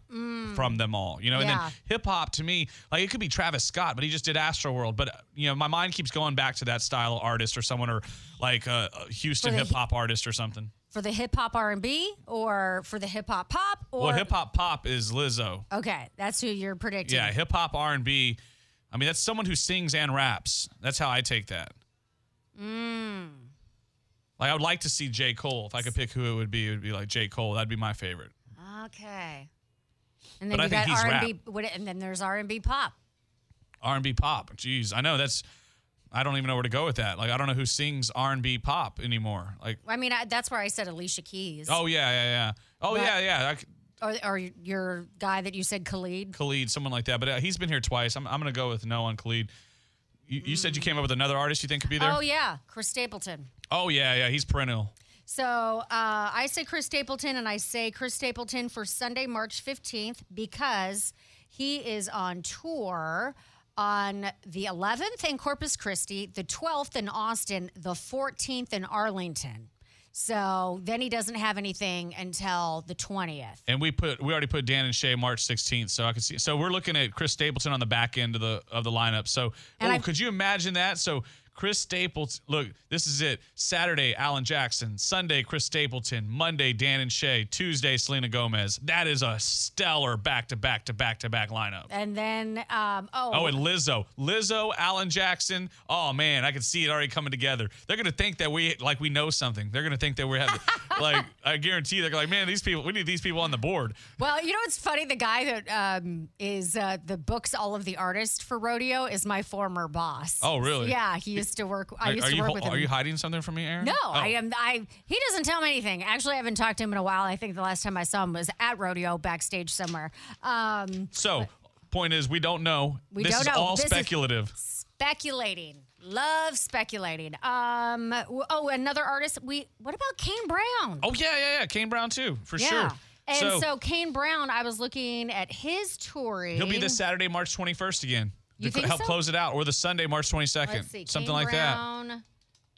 Speaker 2: from them all, you know. And
Speaker 3: Yeah.
Speaker 2: then hip hop to me, like it could be Travis Scott, but he just did Astro World. But uh, you know, my mind keeps going back to that style of artist or someone or like a a Houston
Speaker 3: For the-
Speaker 2: hip hop artist or something.
Speaker 3: For the hip hop R and B, or for the hip hop pop, or
Speaker 2: Well, hip hop pop is Lizzo.
Speaker 3: Okay, that's who you're predicting.
Speaker 2: Yeah, hip hop R and B. I mean, that's someone who sings and raps. That's how I take that.
Speaker 3: Mm.
Speaker 2: Like, I would like to see J Cole. If I could pick who it would be, it would be like J Cole. That'd be my favorite.
Speaker 3: Okay. And then
Speaker 2: But I
Speaker 3: you
Speaker 2: think
Speaker 3: got
Speaker 2: he's
Speaker 3: R and B, and then there's R and B pop.
Speaker 2: R and B pop. Jeez, I know that's. I don't even know where to go with that. Like, I don't know who sings R and B pop anymore. Like,
Speaker 3: I mean, I, that's where I said Alicia Keys.
Speaker 2: oh yeah, yeah, yeah. Oh
Speaker 3: But-
Speaker 2: yeah, yeah. I, c-
Speaker 3: Or, or your guy that you said Khalid.
Speaker 2: Khalid, someone like that. But uh, he's been here twice. I'm, I'm gonna go with no on Khalid. You, you said you came up with another artist you think could be there.
Speaker 3: Oh yeah, Chris Stapleton.
Speaker 2: oh yeah, yeah. He's perennial.
Speaker 3: So uh, I say Chris Stapleton, and I say Chris Stapleton for Sunday, March 15th, because he is on tour on the 11th in Corpus Christi, the 12th in Austin, the 14th in Arlington. So then he doesn't have anything until the 20th.
Speaker 2: And we put we already put Dan and Shay March 16th, so I can see. So we're looking at Chris Stapleton on the back end of the of the lineup. So
Speaker 3: And
Speaker 2: oh,
Speaker 3: I-
Speaker 2: could you imagine that? So Chris Stapleton, look, this is it. Saturday, Alan Jackson. Sunday, Chris Stapleton. Monday, Dan and Shay. Tuesday, Selena Gomez. That is a stellar back to back to back to back lineup.
Speaker 3: And then, um, oh,
Speaker 2: Oh, and Lizzo, Lizzo, Alan Jackson. Oh man, I can see it already coming together. They're gonna think that we like we know something. They're gonna think that we're having, [laughs] like I guarantee they're like, man, these people. We need these people on the board.
Speaker 3: Well, you know what's funny? The guy that um, is uh, the books all of the artists for rodeo is my former boss.
Speaker 2: Oh, really?
Speaker 3: Yeah, he used to work. I
Speaker 2: Are-
Speaker 3: used
Speaker 2: are
Speaker 3: to
Speaker 2: you
Speaker 3: work
Speaker 2: hol-
Speaker 3: with him.
Speaker 2: Are you hiding something from me, Aaron?
Speaker 3: no,
Speaker 2: Oh.
Speaker 3: I am. I he doesn't tell me anything. Actually, I haven't talked to him in a while. I think the last time I saw him was at rodeo backstage somewhere. Um,
Speaker 2: So, point is, we don't know.
Speaker 3: We
Speaker 2: this
Speaker 3: don't
Speaker 2: is
Speaker 3: know.
Speaker 2: all
Speaker 3: This is-
Speaker 2: speculative.
Speaker 3: speculating, love speculating. Um, w- oh, another artist. We what about Kane Brown?
Speaker 2: oh yeah, yeah, yeah. Kane Brown too, for
Speaker 3: yeah.
Speaker 2: sure.
Speaker 3: And so, Kane Brown, I was looking at his touring.
Speaker 2: he'll be this Saturday, March 21st again.
Speaker 3: You
Speaker 2: to cl-
Speaker 3: think
Speaker 2: help
Speaker 3: so?
Speaker 2: close it out, or the Sunday, March 22nd,
Speaker 3: Let's see,
Speaker 2: something
Speaker 3: Kane
Speaker 2: like
Speaker 3: Brown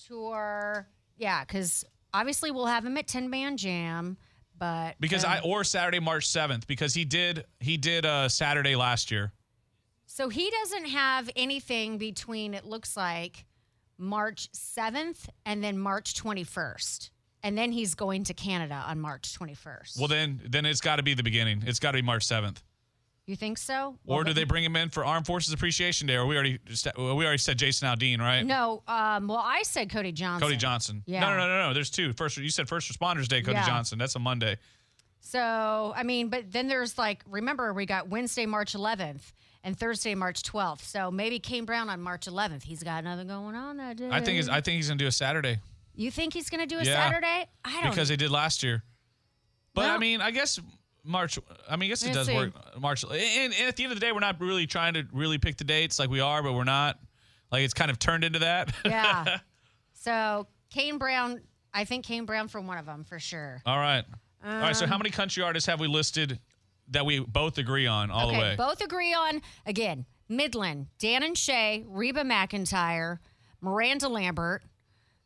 Speaker 3: Tour, yeah, because obviously we'll have him at Ten Man Jam, but um,
Speaker 2: that. Because I or Saturday, March 7th, because he did he did uh, Saturday last year.
Speaker 3: so he doesn't have anything between. It looks like March seventh and then March twenty first, and then he's going to Canada on March twenty first.
Speaker 2: Well, then then it's got to be the beginning. It's got to be March 7th.
Speaker 3: you think so?
Speaker 2: Or
Speaker 3: Well,
Speaker 2: do
Speaker 3: then-
Speaker 2: they bring him in for Armed Forces Appreciation Day? Or we already st- we already said Jason Aldean, right?
Speaker 3: No. Um, well, I said Cody Johnson.
Speaker 2: Cody Johnson.
Speaker 3: Yeah.
Speaker 2: No, no, no, no, no. There's two. First, you said First Responders Day, Cody
Speaker 3: Yeah.
Speaker 2: Johnson. That's a Monday.
Speaker 3: So, I mean, but then there's like, remember, we got Wednesday, March 11th and Thursday, March 12th. So maybe Kane Brown on March 11th. He's got nothing going on that day.
Speaker 2: I think it's, I think he's gonna do a Saturday
Speaker 3: you think he's going to do a
Speaker 2: Yeah.
Speaker 3: Saturday? I don't
Speaker 2: because they did last year. But I
Speaker 3: Well-
Speaker 2: mean, I guess March. I mean, I guess it
Speaker 3: Let's
Speaker 2: does
Speaker 3: see.
Speaker 2: work. March, and, and at the end of the day, we're not really trying to really pick the dates like we are, but we're not. Like it's kind of turned into that.
Speaker 3: [laughs] Yeah. so Kane Brown, I think Kane Brown from one of them for sure.
Speaker 2: [laughs] All right. All right. So
Speaker 3: Um,
Speaker 2: how many country artists have we listed that we both agree on all the
Speaker 3: okay.
Speaker 2: way?
Speaker 3: Both agree on, again, Midland, Dan and Shay, Reba McIntyre, Miranda Lambert,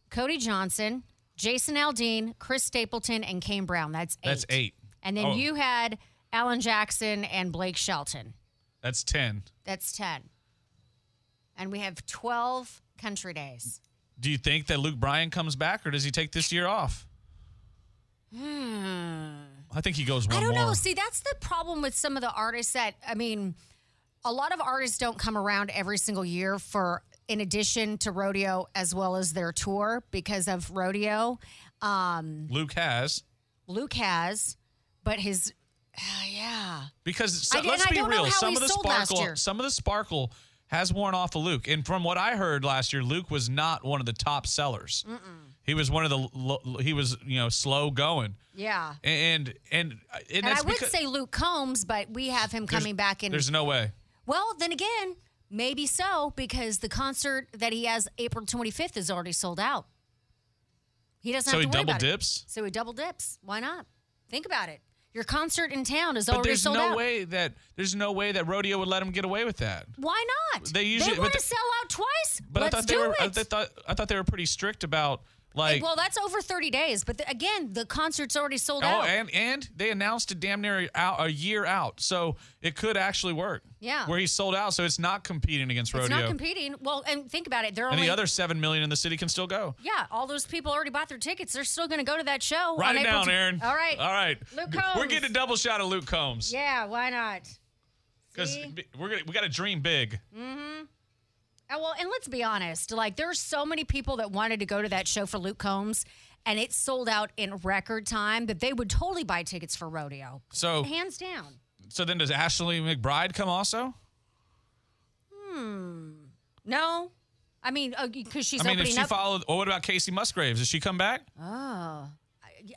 Speaker 3: Cody Johnson, Jason Aldean, Chris Stapleton, and Kane Brown. That's eight.
Speaker 2: That's eight.
Speaker 3: And then
Speaker 2: Oh.
Speaker 3: you had Alan Jackson and Blake Shelton.
Speaker 2: That's ten.
Speaker 3: That's 10. And we have 12 country days.
Speaker 2: Do you think that Luke Bryan comes back, or does he take this year off? I think he goes one
Speaker 3: Hmm. I don't
Speaker 2: more.
Speaker 3: know. See, that's the problem with some of the artists that, I mean, a lot of artists don't come around every single year for, in addition to rodeo as well as their tour because of rodeo. Um,
Speaker 2: Luke has
Speaker 3: Luke has, but his, [sighs] yeah.
Speaker 2: because so-
Speaker 3: I did-
Speaker 2: let's
Speaker 3: and I
Speaker 2: be
Speaker 3: don't know
Speaker 2: real.
Speaker 3: how
Speaker 2: Some
Speaker 3: he
Speaker 2: of the
Speaker 3: sold last
Speaker 2: sparkle,
Speaker 3: year.
Speaker 2: some of the sparkle has worn off of Luke. And from what I heard last year, Luke was not one of the top sellers. He was one of the lo- lo- he was you know slow going.
Speaker 3: Yeah.
Speaker 2: And and and,
Speaker 3: And
Speaker 2: that's
Speaker 3: I would
Speaker 2: because-
Speaker 3: say Luke Combs, but we have him
Speaker 2: there's-
Speaker 3: coming back in.
Speaker 2: There's no way.
Speaker 3: Well, then again, maybe so because the concert that he has April 25th is already sold out. He doesn't
Speaker 2: So
Speaker 3: have
Speaker 2: he
Speaker 3: to worry
Speaker 2: double
Speaker 3: about it.
Speaker 2: dips.
Speaker 3: So he double dips. Why not? Think about it. Your concert in town is
Speaker 2: But
Speaker 3: already
Speaker 2: there's
Speaker 3: sold
Speaker 2: no
Speaker 3: out.
Speaker 2: way that there's no way that rodeo would let him get away with that.
Speaker 3: Why not?
Speaker 2: They usually-
Speaker 3: want to
Speaker 2: but-
Speaker 3: sell out twice.
Speaker 2: But
Speaker 3: Let's
Speaker 2: I thought they
Speaker 3: do
Speaker 2: were I
Speaker 3: it.
Speaker 2: th- thought I thought they were pretty strict about like
Speaker 3: well, that's over 30 days. But the, again, the concert's already sold
Speaker 2: oh
Speaker 3: out.
Speaker 2: and and they announced it damn near out a year out, so it could actually work.
Speaker 3: Yeah.
Speaker 2: where he's sold out, so it's not competing against
Speaker 3: it's
Speaker 2: rodeo.
Speaker 3: not competing. Well, and think about it. They're
Speaker 2: and
Speaker 3: only.
Speaker 2: the other seven million in the city can still go.
Speaker 3: yeah, all those people already bought their tickets. They're still going to go to that show.
Speaker 2: Write
Speaker 3: on
Speaker 2: it
Speaker 3: April
Speaker 2: down,
Speaker 3: tw-
Speaker 2: Aaron.
Speaker 3: All right.
Speaker 2: all right.
Speaker 3: Luke
Speaker 2: G- We're
Speaker 3: Combs.
Speaker 2: getting a double shot of Luke Combs
Speaker 3: Yeah, why not?
Speaker 2: because
Speaker 3: See?
Speaker 2: we're gonna, we got to dream big.
Speaker 3: Oh, well, and let's be honest. Like, there's so many people that wanted to go to that show for Luke Combs, and it sold out in record time that they would totally buy tickets for rodeo,
Speaker 2: So
Speaker 3: hands down.
Speaker 2: so then does Ashley McBride come also?
Speaker 3: No, I mean, because she's
Speaker 2: I mean, if
Speaker 3: opening
Speaker 2: she
Speaker 3: up.
Speaker 2: followed, or what about Casey Musgraves? Does she come back?
Speaker 3: Oh.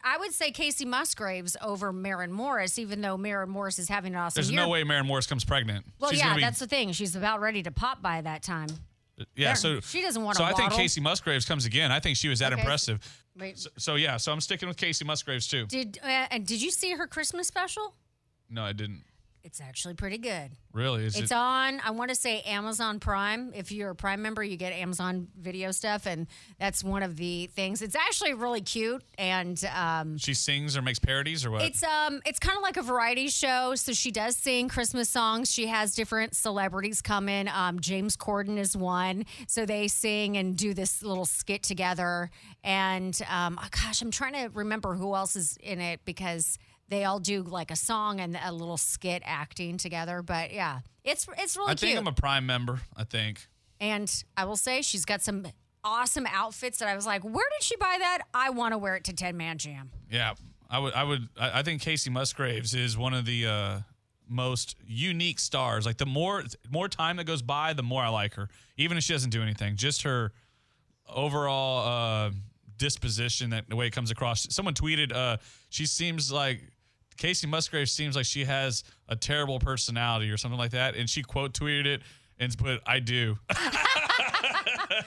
Speaker 3: I would say Casey Musgraves over Maren Morris, even though Maren Morris is having an awesome
Speaker 2: There's
Speaker 3: year.
Speaker 2: no way Maren Morris comes pregnant.
Speaker 3: Well,
Speaker 2: She's
Speaker 3: yeah,
Speaker 2: gonna be,
Speaker 3: that's the thing. She's about ready to pop by that time.
Speaker 2: yeah.
Speaker 3: there.
Speaker 2: So
Speaker 3: She doesn't wanna
Speaker 2: So I think
Speaker 3: waddle.
Speaker 2: Casey Musgraves comes again. I think she was that
Speaker 3: Okay.
Speaker 2: impressive.
Speaker 3: Wait,
Speaker 2: So, so yeah, so I'm sticking with Casey Musgraves too.
Speaker 3: did uh, and did you see her Christmas special?
Speaker 2: No, I didn't
Speaker 3: It's actually pretty good.
Speaker 2: really. Is
Speaker 3: It's
Speaker 2: it,
Speaker 3: on, I want to say Amazon Prime. If you're a Prime member, you get Amazon video stuff, and that's one of the things. It's actually really cute, and um,
Speaker 2: she sings or makes parodies or what?
Speaker 3: it's um, it's kind of like a variety show. So she does sing Christmas songs. She has different celebrities come in. Um, James Corden is one, so they sing and do this little skit together. And um, oh gosh, I'm trying to remember who else is in it because. They all do like a song and a little skit acting together, but yeah, it's it's really
Speaker 2: I
Speaker 3: cute.
Speaker 2: think I'm a Prime member. I think.
Speaker 3: And I will say she's got some awesome outfits that I was like, where did she buy that? I want to wear it to 10 man jam.
Speaker 2: Yeah, I would. I would. I I think Casey Musgraves is one of the uh, most unique stars. Like the more more time that goes by, the more I like her. Even if she doesn't do anything, just her overall uh, disposition, that the way it comes across. Someone tweeted, uh, "She seems like." Casey Musgraves seems like she has a terrible personality or something like that, and she quote tweeted it and put, "I do."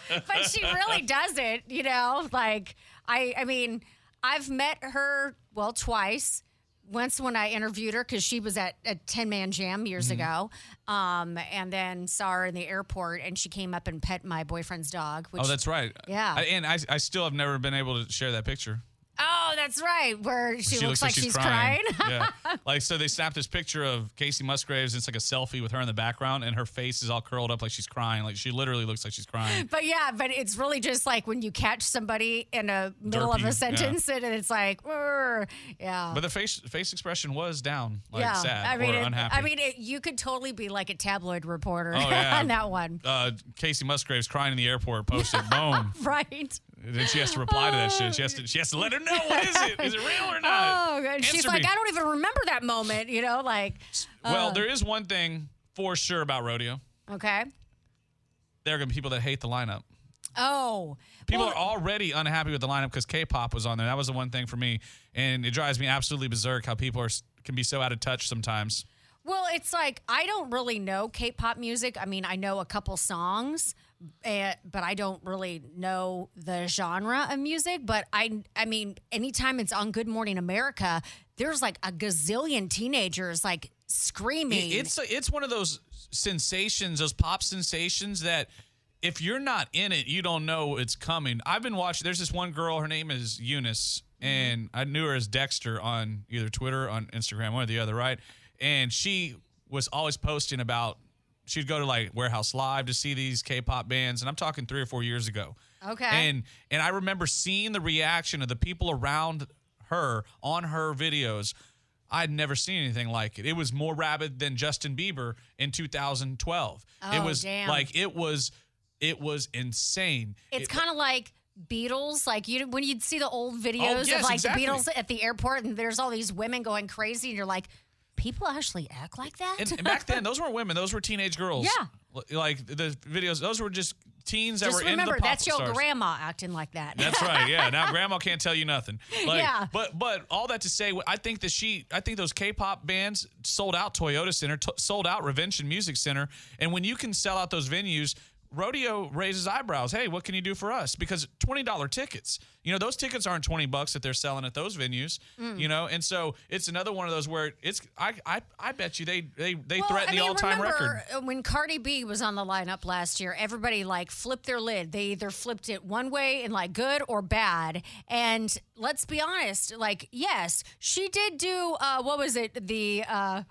Speaker 3: But she [laughs] really doesn't, you know, like I I mean, I've met her well twice. Once when I interviewed her because she was at a 10 man jam years ago, um, and then saw her in the airport and she came up and pet my boyfriend's dog. Which,
Speaker 2: oh, that's right.
Speaker 3: Yeah.
Speaker 2: I, and I, I still have never been able to share that picture.
Speaker 3: Oh, that's right, where she, looks, like, she's, crying.
Speaker 2: [laughs]
Speaker 3: [laughs]
Speaker 2: yeah. Like so they snapped this picture of Casey Musgraves, it's like a selfie with her in the background, and her face is all curled up like she's crying. Like she literally looks like she's
Speaker 3: [gasps]
Speaker 2: crying.
Speaker 3: But yeah, but it's really just like when you catch somebody in a middle
Speaker 2: Derpy,
Speaker 3: of
Speaker 2: yeah.
Speaker 3: a sentence and it's like, "Urgh," yeah.
Speaker 2: But the face face expression was down, like
Speaker 3: yeah.
Speaker 2: sad
Speaker 3: I mean,
Speaker 2: or
Speaker 3: it-
Speaker 2: unhappy.
Speaker 3: I mean, it, you could totally be like a tabloid reporter [laughs]
Speaker 2: Oh, yeah.
Speaker 3: on that one.
Speaker 2: uh, Casey Musgraves crying in the airport posted, boom.
Speaker 3: Right.
Speaker 2: And then she has to reply to that shit. She has to she has to let her know what is it? Is it real or not?
Speaker 3: [laughs] Oh, and she's
Speaker 2: Uh, Answer
Speaker 3: like,
Speaker 2: me.
Speaker 3: I uh, don't even remember that moment, you know, like,
Speaker 2: Well, there is one thing for sure about rodeo.
Speaker 3: okay.
Speaker 2: There are gonna be people that hate the lineup.
Speaker 3: Oh.
Speaker 2: People
Speaker 3: Well,
Speaker 2: are already unhappy with the lineup because K-pop was on there. That was the one thing for me, and it drives me absolutely berserk how people are can be so out of touch sometimes.
Speaker 3: Well, it's like I don't really know K-pop music. I mean, I know a couple songs, eh, but I don't really know the genre of music. But I, I mean, anytime it's on Good Morning America, there's like a gazillion teenagers like screaming.
Speaker 2: It's it's one of those sensations, those pop sensations that if you're not in it, you don't know it's coming. I've been watching. There's this one girl. Her name is Eunice, and I knew her as Dexter on either Twitter, or on Instagram, one or the other, right? And she was always posting about. She'd go to like Warehouse Live to see these K-pop bands, and I'm talking three or four years ago.
Speaker 3: Okay.
Speaker 2: And and I remember seeing the reaction of the people around her on her videos. I'd never seen anything like it. It was more rabid than Justin Bieber in 2012. it
Speaker 3: Oh,
Speaker 2: was
Speaker 3: damn.
Speaker 2: like it was it was insane.
Speaker 3: it's
Speaker 2: It- Oh,
Speaker 3: kind of like Beatles, like you when you'd see the old videos
Speaker 2: yes,
Speaker 3: of like
Speaker 2: exactly.
Speaker 3: the Beatles at the airport, and there's all these women going crazy, and you're like, people actually act like that.
Speaker 2: and, and back then those weren't women, those were teenage girls.
Speaker 3: Yeah.
Speaker 2: L- Like the videos, those were just teens that
Speaker 3: Just
Speaker 2: were in
Speaker 3: remember,
Speaker 2: the pop
Speaker 3: that's your
Speaker 2: stars.
Speaker 3: grandma acting like that.
Speaker 2: That's right. Yeah. Now grandma can't tell you nothing. Like,
Speaker 3: Yeah.
Speaker 2: But but all that to say, I think that she, I think those K-pop bands sold out Toyota Center, t- sold out Revention Music Center, and when you can sell out those venues. Rodeo raises eyebrows. Hey, what can you do for us? Because twenty dollar tickets, you know, those tickets aren't twenty bucks that they're selling at those venues,
Speaker 3: Mm.
Speaker 2: you know, and so it's another one of those where it's I I, I bet you they they they
Speaker 3: Well,
Speaker 2: threaten
Speaker 3: I mean,
Speaker 2: the all time
Speaker 3: remember
Speaker 2: record.
Speaker 3: uh, When Cardi B was on the lineup last year, everybody like flipped their lid. They either flipped it one way and like good or bad. And let's be honest, like yes, she did do uh, what was it? The uh,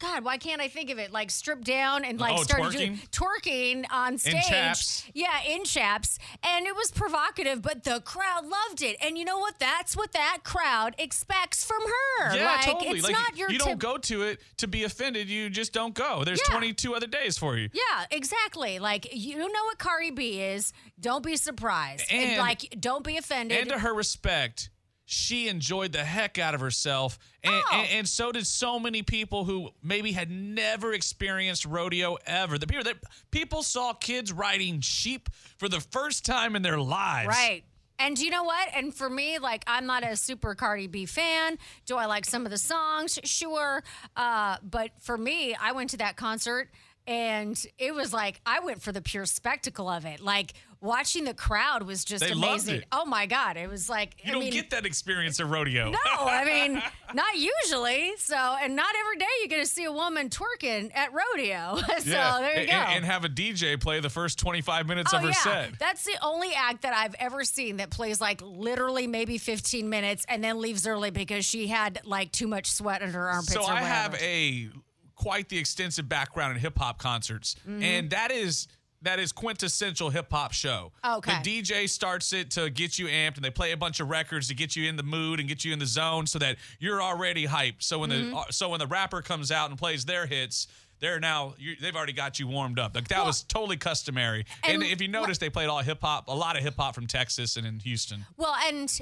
Speaker 3: God, why can't I think of it? Like stripped down and like
Speaker 2: Oh,
Speaker 3: started doing twerking on stage.
Speaker 2: chaps.
Speaker 3: Yeah, in chaps. And it was provocative, but the crowd loved it. And you know what? That's what that crowd expects from her.
Speaker 2: Yeah,
Speaker 3: like
Speaker 2: totally.
Speaker 3: it's
Speaker 2: like
Speaker 3: not your
Speaker 2: you don't
Speaker 3: typ-
Speaker 2: go to it to be offended. You just don't go. There's
Speaker 3: Yeah.
Speaker 2: 22 other days for you.
Speaker 3: Yeah, exactly. Like you know what Cardi B is. Don't be surprised. And,
Speaker 2: And-
Speaker 3: like don't be offended.
Speaker 2: And to her respect, she enjoyed the heck out of herself, and,
Speaker 3: Oh.
Speaker 2: and, and so did so many people who maybe had never experienced rodeo ever. The people that people saw kids riding sheep for the first time in their lives.
Speaker 3: right. And you know what? And for me, like I'm not a super Cardi B fan. Do I like some of the songs? Sure. Uh, but for me, I went to that concert and it was like I went for the pure spectacle of it. Like watching the crowd was just
Speaker 2: They loved
Speaker 3: amazing.
Speaker 2: it.
Speaker 3: Oh my god, it was like
Speaker 2: You
Speaker 3: I
Speaker 2: don't
Speaker 3: mean,
Speaker 2: get that experience at rodeo.
Speaker 3: No, I mean, not usually. So, and not every day you get to see a woman twerking at rodeo. [laughs] so there you
Speaker 2: and,
Speaker 3: go.
Speaker 2: And, and have a DJ play the first 25 minutes
Speaker 3: oh
Speaker 2: of her
Speaker 3: yeah,
Speaker 2: set.
Speaker 3: that's the only act that I've ever seen that plays like literally maybe 15 minutes and then leaves early because she had like too much sweat under her armpits.
Speaker 2: so
Speaker 3: or
Speaker 2: I have
Speaker 3: whatever.
Speaker 2: a quite the extensive background in hip hop concerts,
Speaker 3: Mm-hmm.
Speaker 2: and that is that is quintessential hip hop show.
Speaker 3: Oh, Okay.
Speaker 2: The DJ starts it to get you amped, and they play a bunch of records to get you in the mood and get you in the zone, so that you're already hyped. So when
Speaker 3: Mm-hmm.
Speaker 2: the uh, so when the rapper comes out and plays their hits. They're now you, they've already got you warmed up. Like that was totally customary. And,
Speaker 3: and
Speaker 2: if you notice, they played all hip hop, a lot of hip hop from Texas and in Houston.
Speaker 3: Well, and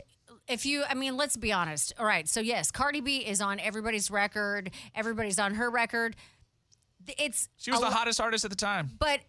Speaker 3: if you, I mean, let's be honest. All right. So, yes, Cardi B is on everybody's record, everybody's on her record. It's
Speaker 2: She was
Speaker 3: a
Speaker 2: the
Speaker 3: lo-
Speaker 2: hottest artist at the time.
Speaker 3: but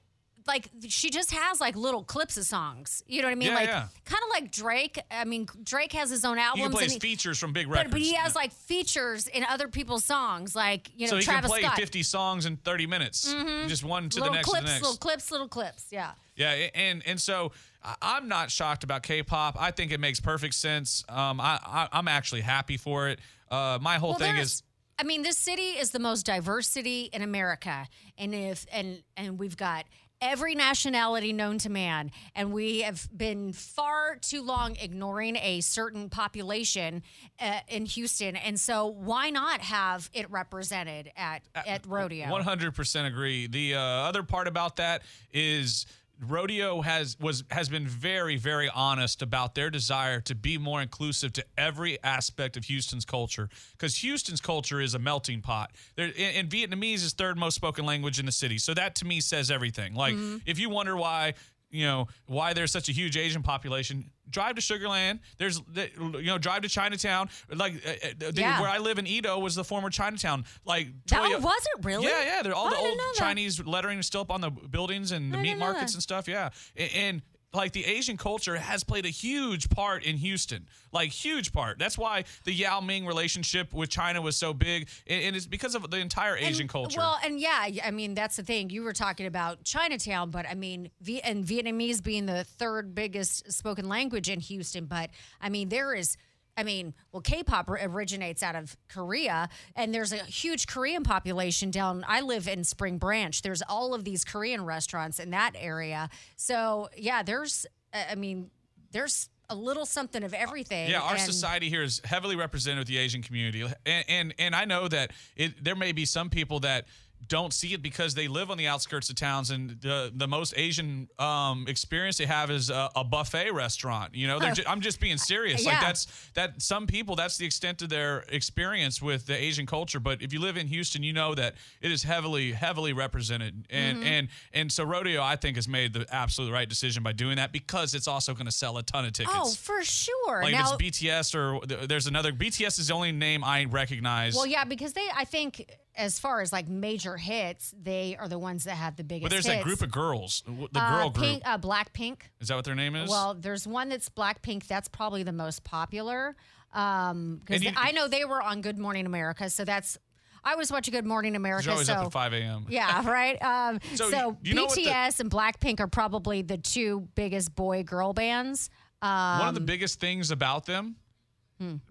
Speaker 3: like she just has like little clips of songs. You know what I mean?
Speaker 2: Yeah,
Speaker 3: like
Speaker 2: yeah.
Speaker 3: kind of like Drake. I mean, Drake has his own
Speaker 2: He
Speaker 3: albums.
Speaker 2: can play
Speaker 3: and
Speaker 2: his
Speaker 3: he-
Speaker 2: features from big
Speaker 3: but,
Speaker 2: records.
Speaker 3: but he
Speaker 2: Yeah.
Speaker 3: has like features in other people's songs, like you know
Speaker 2: so he
Speaker 3: Travis
Speaker 2: can play
Speaker 3: Scott. Mm-hmm.
Speaker 2: 50 songs in 30 minutes, just one to
Speaker 3: little
Speaker 2: the next,
Speaker 3: clips,
Speaker 2: to the next.
Speaker 3: little clips, little clips. Yeah.
Speaker 2: Yeah, a- and and so I- I'm not shocked about K-pop. I think it makes perfect sense. Um, I, I I'm actually happy for it. Uh, my whole thing
Speaker 3: there's-
Speaker 2: is
Speaker 3: I mean, this city is the most diverse city in America, and if and and we've got every nationality known to man, and we have been far too long ignoring a certain population uh, in Houston, and so why not have it represented at
Speaker 2: Uh,
Speaker 3: at rodeo?
Speaker 2: 100% agree. The uh, other part about that is rodeo has was has been very very honest about their desire to be more inclusive to every aspect of Houston's culture cuz Houston's culture is a melting pot. There and, and Vietnamese is third most spoken language in the city. So that to me says everything. Like
Speaker 3: Mm-hmm.
Speaker 2: if you wonder why you know why there's such a huge Asian population. Drive to Sugarland. There's the- you know drive to Chinatown. Like uh, uh, the-
Speaker 3: Yeah.
Speaker 2: where I live in Edo was the former Chinatown. Like
Speaker 3: That
Speaker 2: Toyo-
Speaker 3: was it really? Oh,
Speaker 2: yeah, yeah. They're all
Speaker 3: I
Speaker 2: the
Speaker 3: didn't
Speaker 2: old
Speaker 3: know that.
Speaker 2: Chinese lettering is still up on the buildings and the meat
Speaker 3: didn't know
Speaker 2: markets
Speaker 3: that.
Speaker 2: and stuff. Yeah, A- and, like the Asian culture has played a huge part in Houston, like huge part. That's why the Yao Ming relationship with China was so big, and, and it's because of the entire Asian
Speaker 3: And-
Speaker 2: culture.
Speaker 3: Well, and yeah, I mean that's the thing. You were talking about Chinatown, but I mean, V- and Vietnamese being the third biggest spoken language in Houston, but I mean there is. I mean, well, K-pop or- originates out of Korea, and there's a huge Korean population down. I live in Spring Branch. There's all of these Korean restaurants in that area. So yeah, there's. uh, I I mean, there's a little something of everything.
Speaker 2: Yeah, our
Speaker 3: and-
Speaker 2: society here is heavily represented with the Asian community, and and, and I know that it, there may be some people that don't see it because they live on the outskirts of towns, and the the most Asian um, experience they have is a, a buffet restaurant. You know, they're ju- I'm just being serious. Like
Speaker 3: Yeah.
Speaker 2: that's that some people that's the extent of their experience with the Asian culture. But if you live in Houston, you know that it is heavily heavily represented, and
Speaker 3: Mm-hmm.
Speaker 2: and and so rodeo I think has made the absolute right decision by doing that because it's also going to sell a ton of tickets.
Speaker 3: Oh, for sure.
Speaker 2: Like
Speaker 3: now,
Speaker 2: if it's BTS or th- there's another BTS is the only name I recognize.
Speaker 3: Well, yeah, because they, I think, as far as like major hits, they are the ones that have the biggest.
Speaker 2: But there's
Speaker 3: hits.
Speaker 2: that group of girls, w- the
Speaker 3: Uh,
Speaker 2: girl group.
Speaker 3: Pink, uh, Blackpink.
Speaker 2: Is that what their name is?
Speaker 3: Well, there's one that's Blackpink. That's probably the most popular. Um, because
Speaker 2: And you-
Speaker 3: I know they were on Good Morning America, so that's. I was watching Good Morning America,
Speaker 2: you're always
Speaker 3: so
Speaker 2: up at 5 a.m.
Speaker 3: [laughs] yeah, right. Um,
Speaker 2: [laughs] So
Speaker 3: so
Speaker 2: you- you know what the-
Speaker 3: BTS and Blackpink are probably the two biggest boy girl bands. Um, Hmm.
Speaker 2: One of the biggest things about them,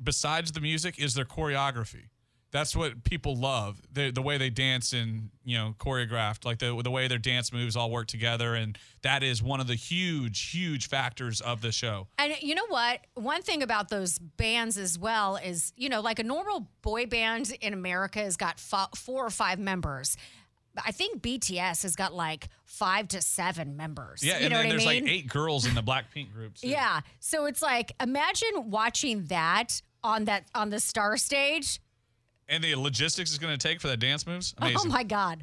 Speaker 2: besides the music, is their choreography. That's what people love the the way they dance and you know choreographed, like the the way their dance moves all work together, and that is one of the huge huge factors of the show.
Speaker 3: And you know what? One thing about those bands as well is, you know, like a normal boy band in America has got fo- four or five members. I think BTS has got like five to seven members.
Speaker 2: Yeah,
Speaker 3: you
Speaker 2: and
Speaker 3: know
Speaker 2: then
Speaker 3: what
Speaker 2: there's
Speaker 3: I mean?
Speaker 2: like eight girls in the Blackpink group. too.
Speaker 3: [laughs] Yeah. So it's like imagine watching that on that on the star stage.
Speaker 2: and the logistics it's going to take for the dance moves. Amazing.
Speaker 3: Oh my god.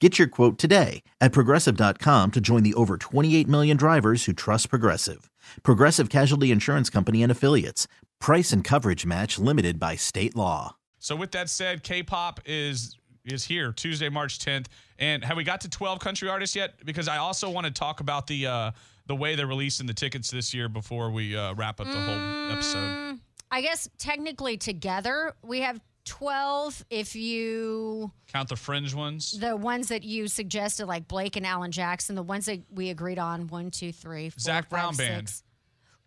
Speaker 4: Get your quote today at progressive.com to join the over 28 million drivers who trust Progressive. Progressive Casualty Insurance Company and Affiliates. Price and coverage match limited by state law.
Speaker 2: So with that said, K-pop is is here Tuesday, March 10th. And have we got to 12 country artists yet? Because I also want to talk about the uh, the way they're releasing the tickets this year before we uh, wrap up the whole episode.
Speaker 3: Mm, I guess technically together we have 12 if you
Speaker 2: Count the fringe ones.
Speaker 3: the ones that you suggested like Blake and Alan Jackson, the ones that we agreed on one, two, three, four,
Speaker 2: Zac Brown
Speaker 3: five,
Speaker 2: Band.
Speaker 3: six.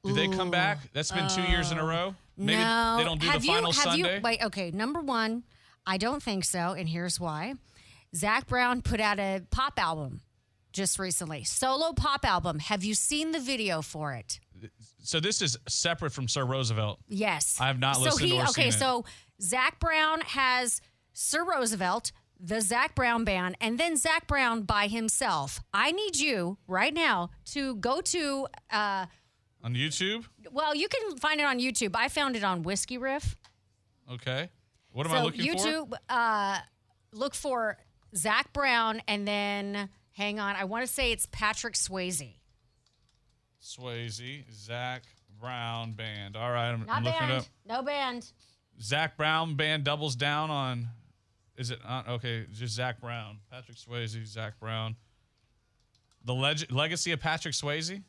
Speaker 2: Do they come
Speaker 3: Ooh.
Speaker 2: back? That's been two years in a row. Maybe
Speaker 3: Oh. no.
Speaker 2: they don't do
Speaker 3: have
Speaker 2: the final
Speaker 3: you, have
Speaker 2: Sunday.
Speaker 3: You, wait, okay. Number one, I don't think so, and here's why. Zach Brown put out a pop album just recently, solo pop album. Have you seen the video for it?
Speaker 2: so this is separate from Sir Roosevelt.
Speaker 3: Yes.
Speaker 2: I have not
Speaker 3: so
Speaker 2: listened
Speaker 3: he,
Speaker 2: or
Speaker 3: Okay,
Speaker 2: seen it.
Speaker 3: so Zach Brown has Sir Roosevelt, the Zach Brown band, and then Zach Brown by himself. I need you right now to go to, uh,
Speaker 2: On YouTube?
Speaker 3: well, you can find it on YouTube. I found it on Whiskey Riff.
Speaker 2: Okay. What am
Speaker 3: so
Speaker 2: I looking for?
Speaker 3: YouTube, uh, look for Zach Brown and then hang on. I want to say it's Patrick Swayze.
Speaker 2: Swayze, Zach Brown Band. All right, I'm,
Speaker 3: Not
Speaker 2: I'm looking it up.
Speaker 3: band. No band.
Speaker 2: Zach Brown band doubles down on. Is it on? Okay, just Zach Brown, Patrick Swayze, Zach Brown. The leg- legacy of Patrick Swayze,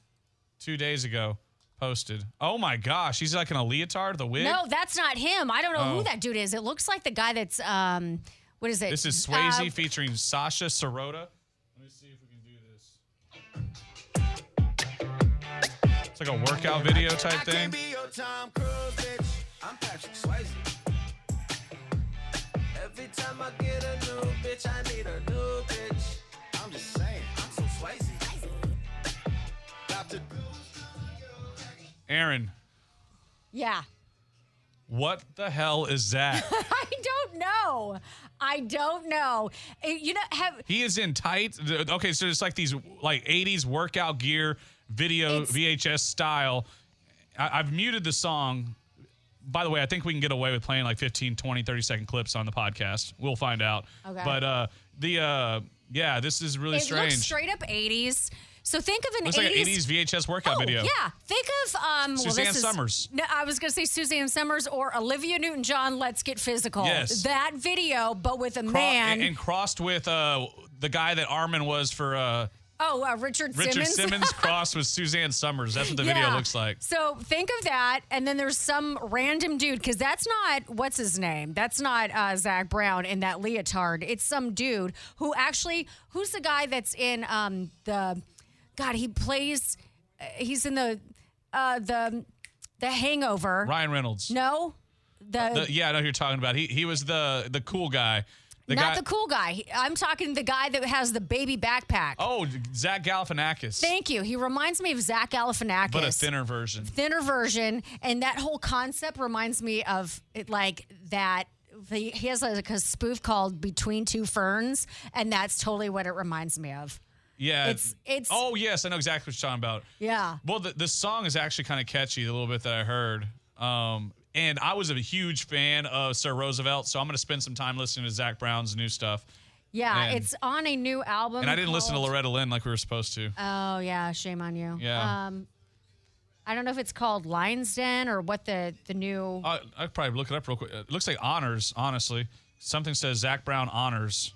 Speaker 2: two days ago, posted. Oh my gosh, he's like in a leotard, the wig.
Speaker 3: No, that's not him. I don't know
Speaker 2: Oh.
Speaker 3: who that dude is. It looks like the guy that's um what is it?
Speaker 2: this is Swayze
Speaker 3: Uh,
Speaker 2: featuring Sasha Sirota. Let me see if we can do this. It's like a workout video type
Speaker 5: I can't
Speaker 2: thing.
Speaker 5: be your Tom Cruise, bitch. I'm Patrick Swayze. Every time I get a new bitch, I need a new bitch. I'm just saying, I'm so Swayze. About to
Speaker 2: Aaron,
Speaker 3: yeah. [laughs]
Speaker 2: what the hell is that?
Speaker 3: I don't know. I don't know. Uh, You know, have
Speaker 2: He is in tight. th- Okay, so it's like these like '80s workout gear video
Speaker 3: It's-
Speaker 2: VHS style. I, I've muted the song. By the way, I think we can get away with playing like 15, 20, 30 second clips on the podcast. We'll find out.
Speaker 3: Okay.
Speaker 2: But uh, the uh, yeah, this is really
Speaker 3: it
Speaker 2: strange.
Speaker 3: looks straight up 80s. So think of an
Speaker 2: Looks
Speaker 3: 80s,
Speaker 2: like an '80s VHS workout
Speaker 3: Oh,
Speaker 2: video.
Speaker 3: Yeah, think of um, well,
Speaker 2: Suzanne
Speaker 3: this is-
Speaker 2: Summers.
Speaker 3: No, I was gonna say Suzanne Summers or Olivia Newton-John. Let's get physical.
Speaker 2: Yes.
Speaker 3: that video, but with a
Speaker 2: Cro-
Speaker 3: man.
Speaker 2: and, and crossed with uh, the guy that Armin was for uh,
Speaker 3: Oh, uh, Richard,
Speaker 2: Richard
Speaker 3: Simmons. [laughs]
Speaker 2: Simmons crossed with Suzanne Summers. That's what the video looks like.
Speaker 3: So think of that, and then there's some random dude because that's not what's his name. That's not uh, Zach Brown in that leotard. It's some dude who actually who's the guy that's in um, the God. He plays. uh, He's in the uh, the the Hangover.
Speaker 2: Ryan Reynolds.
Speaker 3: No, the,
Speaker 2: Uh, The- yeah, I know who you're talking about. He he was the the cool guy. The guy,
Speaker 3: not the cool guy. He- I'm talking the guy that has the baby backpack.
Speaker 2: Oh, Zach Galifianakis.
Speaker 3: Thank you. He reminds me of Zach Galifianakis.
Speaker 2: but a thinner version.
Speaker 3: thinner version and that whole concept reminds me of it, like that the, he has like a spoof called between two ferns and that's totally what it reminds me of
Speaker 2: Yeah.
Speaker 3: It's- it's-
Speaker 2: Oh yes, I know exactly what you're talking about.
Speaker 3: yeah
Speaker 2: Well, the, the song is actually kind of catchy, the little bit that I heard. Um, and I was a huge fan of Sir Roosevelt, so I'm going to spend some time listening to Zach Brown's new stuff.
Speaker 3: yeah
Speaker 2: And-
Speaker 3: it's on a new album
Speaker 2: And I didn't listen to
Speaker 3: called-
Speaker 2: Loretta Lynn like we were supposed to.
Speaker 3: oh yeah shame on you
Speaker 2: Yeah.
Speaker 3: um i don't know if it's called lions den or what the the new
Speaker 2: I I could probably look it up real quick. It looks like honors, honestly. Something says Zach Brown honors.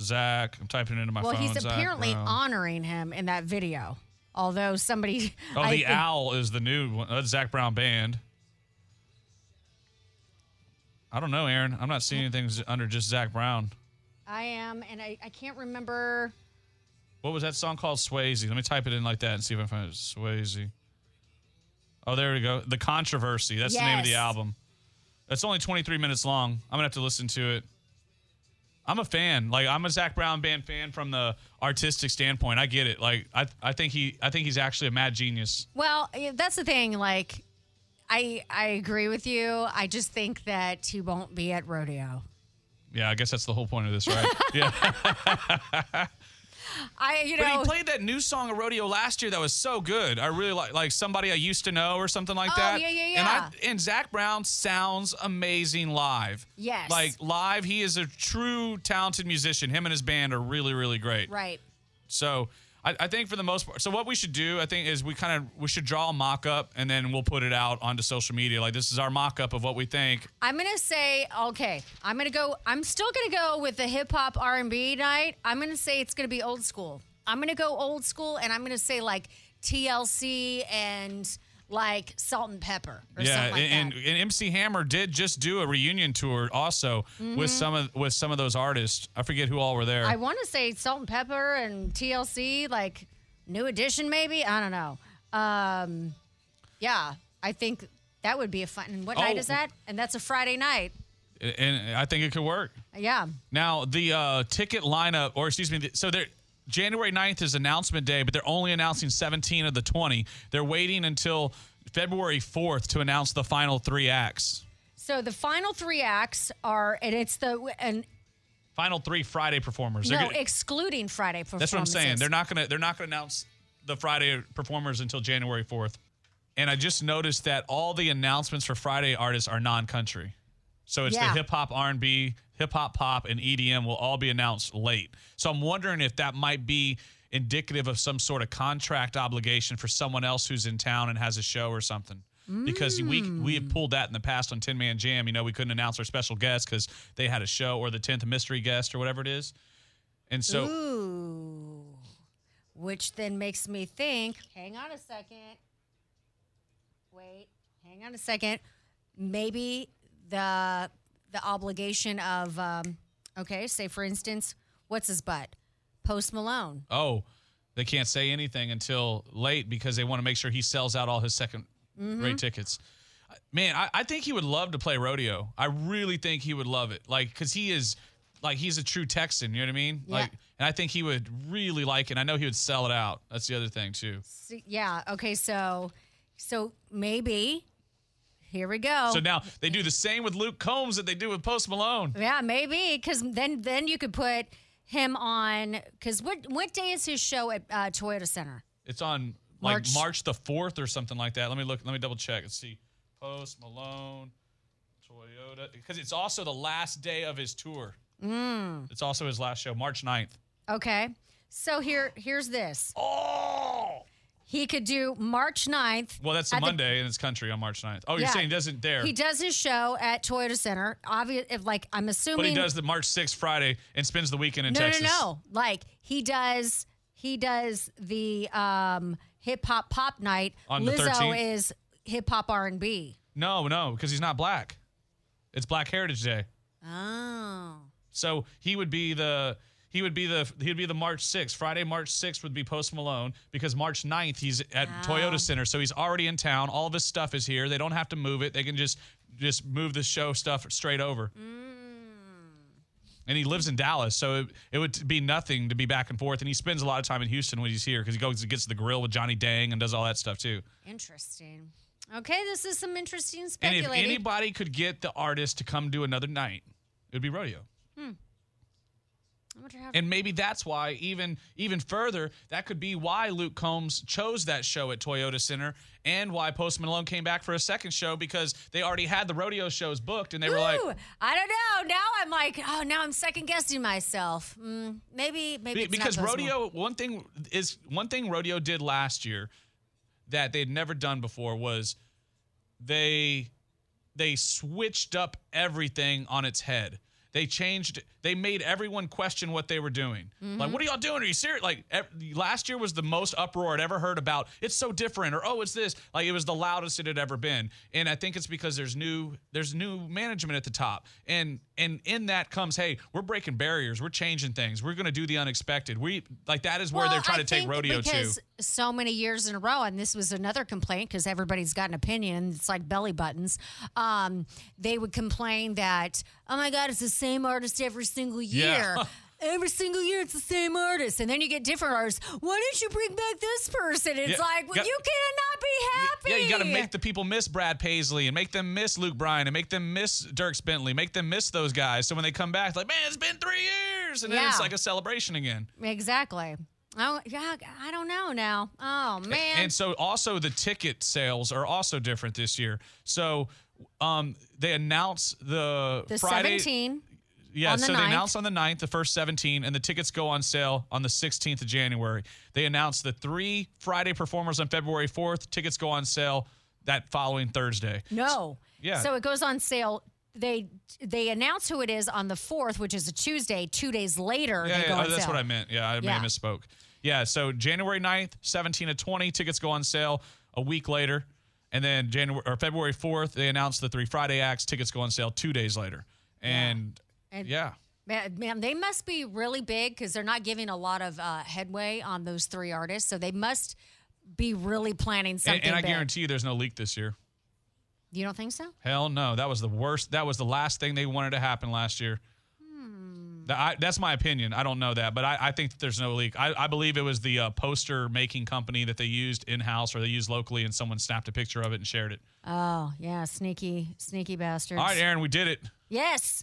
Speaker 2: Zach, I'm typing it into my uh,
Speaker 3: well
Speaker 2: phone.
Speaker 3: he's
Speaker 2: Zac
Speaker 3: apparently
Speaker 2: Brown.
Speaker 3: honoring him in that video although somebody
Speaker 2: Oh,
Speaker 3: I
Speaker 2: the
Speaker 3: think-
Speaker 2: owl is the new one. That's Zach Brown band. I don't know, Aaron. I'm not seeing anything z- under just Zach Brown.
Speaker 3: i am and I, I can't remember
Speaker 2: What was that song called? Swayze. Let me type it in like that and see if I find it. Swayze. Oh, there we go. The Controversy. That's the name of the
Speaker 3: Yes.
Speaker 2: album. That's only 23 minutes long. I'm gonna have to listen to it. I'm a fan. Like I'm a Zach Brown band fan from the artistic standpoint. I get it. Like I, I think he, I think he's actually a mad genius.
Speaker 3: Well, yeah, that's the thing. Like, I I agree with you. I just think that he won't be at rodeo.
Speaker 2: Yeah, I guess that's the whole point of this, right? [laughs] yeah.
Speaker 3: I you
Speaker 2: But he
Speaker 3: know
Speaker 2: played that new song of Rodeo last year that was so good. I really like like somebody I used to know or something like
Speaker 3: Oh,
Speaker 2: that.
Speaker 3: yeah, yeah,
Speaker 2: And I
Speaker 3: yeah.
Speaker 2: and Zach Brown sounds amazing live.
Speaker 3: Yes.
Speaker 2: Like live, he is a true talented musician. Him and his band are really, really great.
Speaker 3: right.
Speaker 2: So I, I think for the most part so what we should do, I think, is we kind of we should draw a mock up and then we'll put it out onto social media. Like this is our mock up of what we think.
Speaker 3: I'm gonna say okay. I'm gonna go. I'm still gonna go with the hip hop R and B night. I'm gonna say it's gonna be old school. I'm gonna go old school, and I'm gonna say like TLC and like Salt and Pepper or
Speaker 2: yeah,
Speaker 3: something like
Speaker 2: and,
Speaker 3: that.
Speaker 2: and MC Hammer did just do a reunion tour also with some of with some of those artists. I forget who all were there.
Speaker 3: Mm-hmm. I want to say Salt and Pepper and TLC, like New Edition, maybe. I don't know. Um, yeah, I think that would be a fun. And what night
Speaker 2: Oh.
Speaker 3: is that? And that's a Friday night.
Speaker 2: and I think it could work.
Speaker 3: Yeah.
Speaker 2: Now the uh, ticket lineup, or excuse me, the, so they're January 9th is announcement day, but they're only announcing 17 of the 20. They're waiting until February 4th to announce the final three acts.
Speaker 3: So the final three acts are, and it's the and
Speaker 2: Final three Friday performers. They're
Speaker 3: no,
Speaker 2: gonna-
Speaker 3: excluding Friday
Speaker 2: that's
Speaker 3: performances.
Speaker 2: what I'm saying. They're not gonna they're not gonna announce the Friday performers until January 4th. And I just noticed that all the announcements for Friday artists are non-country. So it's
Speaker 3: Yeah.
Speaker 2: the hip hop, R and B, hip hop, pop, and EDM will all be announced late. So I'm wondering if that might be indicative of some sort of contract obligation for someone else who's in town and has a show or something. Because we we have pulled that in the past on Ten Man Jam. You know, we couldn't announce our special guest because they had a show or the tenth mystery guest or whatever it is. And so
Speaker 3: Ooh. Which then makes me think, hang on a second. Wait, hang on a second. Maybe the the obligation of um, okay, say for instance, what's his butt? Post Malone.
Speaker 2: oh, they can't say anything until late because they want to make sure he sells out all his second rate tickets. Man, I, I think he would love to play rodeo. I really think he would love it. Like, cause he is like he's a true Texan, you know what I mean?
Speaker 3: Yeah.
Speaker 2: Like and I think he would really like it. I know he would sell it out. That's the other thing too.
Speaker 3: So- yeah, okay, so so maybe here we go.
Speaker 2: So now they do the same with Luke Combs that they do with Post Malone.
Speaker 3: yeah, maybe cuz then then you could put him on cuz what what day is his show at uh, Toyota Center?
Speaker 2: It's on like
Speaker 3: March-
Speaker 2: March, the fourth or something like that. Let me look. Let me double check and see. Post Malone, Toyota, because it's also the last day of his tour.
Speaker 3: Mm.
Speaker 2: It's also his last show, March 9th.
Speaker 3: Okay. So here here's this.
Speaker 2: Oh,
Speaker 3: He could do March 9th.
Speaker 2: well, that's a
Speaker 3: At the-
Speaker 2: Monday in his country on March 9th. Oh, you're
Speaker 3: Yeah.
Speaker 2: saying he doesn't there,
Speaker 3: He does his show at Toyota Center. Obvious if like I'm assuming
Speaker 2: but he does the March 6th Friday and spends the weekend in
Speaker 3: No,
Speaker 2: Texas.
Speaker 3: no, no. Like he does He does the um, hip hop pop night.
Speaker 2: On the
Speaker 3: Lizzo
Speaker 2: 13th?
Speaker 3: is hip hop R and B.
Speaker 2: No, no, because he's not black. It's Black Heritage Day.
Speaker 3: Oh,
Speaker 2: So he would be the he would be the he would be the March 6th. Friday, March 6th would be Post Malone because March 9th he's at Toyota Center. So he's already in town. All of his stuff is here. They don't have to move it. They can just just move the show stuff straight over. And he lives in Dallas, so it, it would be nothing to be back and forth. And he spends a lot of time in Houston when he's here because he goes and gets to the grill with Johnny Dang and does all that stuff too.
Speaker 3: interesting. Okay, this is some interesting
Speaker 2: And if
Speaker 3: speculating.
Speaker 2: anybody could get the artist to come do another night, it would be Rodeo.
Speaker 3: I wonder how-
Speaker 2: And maybe that's why, even even further, that could be why Luke Combs chose that show at Toyota Center and why Post Malone came back for a second show because they already had the rodeo shows booked and they were like
Speaker 3: Ooh, I don't know. Now I'm like, oh, now I'm second guessing myself. Mm, maybe, maybe
Speaker 2: Be-
Speaker 3: it's not
Speaker 2: because
Speaker 3: Post Malone.
Speaker 2: rodeo one thing is one thing rodeo did last year that they'd never done before was they they switched up everything on its head they changed they made everyone question what they were doing
Speaker 3: Mm-hmm.
Speaker 2: like what are y'all doing are you serious like ev- last year was the most uproar i'd ever heard about it's so different or oh it's this like it was the loudest it had ever been and i think it's because there's new there's new management at the top and and in that comes hey we're breaking barriers we're changing things we're going to do the unexpected we like that is where
Speaker 3: Well,
Speaker 2: they're trying
Speaker 3: I
Speaker 2: to take
Speaker 3: think
Speaker 2: rodeo
Speaker 3: because
Speaker 2: to
Speaker 3: so many years in a row, and this was another complaint because everybody's got an opinion. It's like belly buttons. Um, they would complain that, oh my God, it's the same artist every single year.
Speaker 2: Yeah. [laughs]
Speaker 3: Every single year, it's the same artist, and then you get different artists. Why didn't you bring back this person? It's
Speaker 2: Yeah,
Speaker 3: like well,
Speaker 2: got-
Speaker 3: you cannot be
Speaker 2: Yeah,
Speaker 3: happy.
Speaker 2: you got to make the people miss Brad Paisley and make them miss Luke Bryan and make them miss Dirk Bentley, make them miss those guys. So when they come back, it's like, man, it's been three years, and then
Speaker 3: Yeah.
Speaker 2: it's like a celebration again.
Speaker 3: exactly. Oh yeah, I don't know now. Oh man,
Speaker 2: And so also the ticket sales are also different this year. So um, they announce the,
Speaker 3: the
Speaker 2: Friday.
Speaker 3: seventeen.
Speaker 2: Yeah,
Speaker 3: on the
Speaker 2: so they
Speaker 3: 9th.
Speaker 2: announce on the 9th, the first 17, and the tickets go on sale on the 16th of January. They announce the three Friday performers on February 4th. Tickets go on sale that following Thursday.
Speaker 3: No.
Speaker 2: yeah.
Speaker 3: So it goes on sale. They they announce who it is on the fourth, which is a Tuesday. Two days later,
Speaker 2: Yeah,
Speaker 3: they
Speaker 2: yeah,
Speaker 3: go
Speaker 2: oh,
Speaker 3: on
Speaker 2: that's
Speaker 3: sale.
Speaker 2: what I meant. Yeah, I may
Speaker 3: Yeah.
Speaker 2: have misspoke. Yeah, so January 9th, 17 to 20, tickets go on sale a week later. And then January or February 4th, they announce the three Friday acts, tickets go on sale two days later. And
Speaker 3: And-
Speaker 2: yeah.
Speaker 3: Man, man, they must be really big because they're not giving a lot of uh, headway on those three artists. So they must be really planning something.
Speaker 2: And, and I
Speaker 3: big.
Speaker 2: guarantee you there's no leak this year.
Speaker 3: You don't think so?
Speaker 2: Hell no. That was the worst. That was the last thing they wanted to happen last year.
Speaker 3: Hmm.
Speaker 2: That- I- that's my opinion. I don't know that, but I, I think that there's no leak. I, I believe it was the uh, poster making company that they used in house or they used locally, and someone snapped a picture of it and shared it.
Speaker 3: Oh yeah, sneaky, sneaky bastards.
Speaker 2: All right, Aaron, we did it.
Speaker 3: Yes.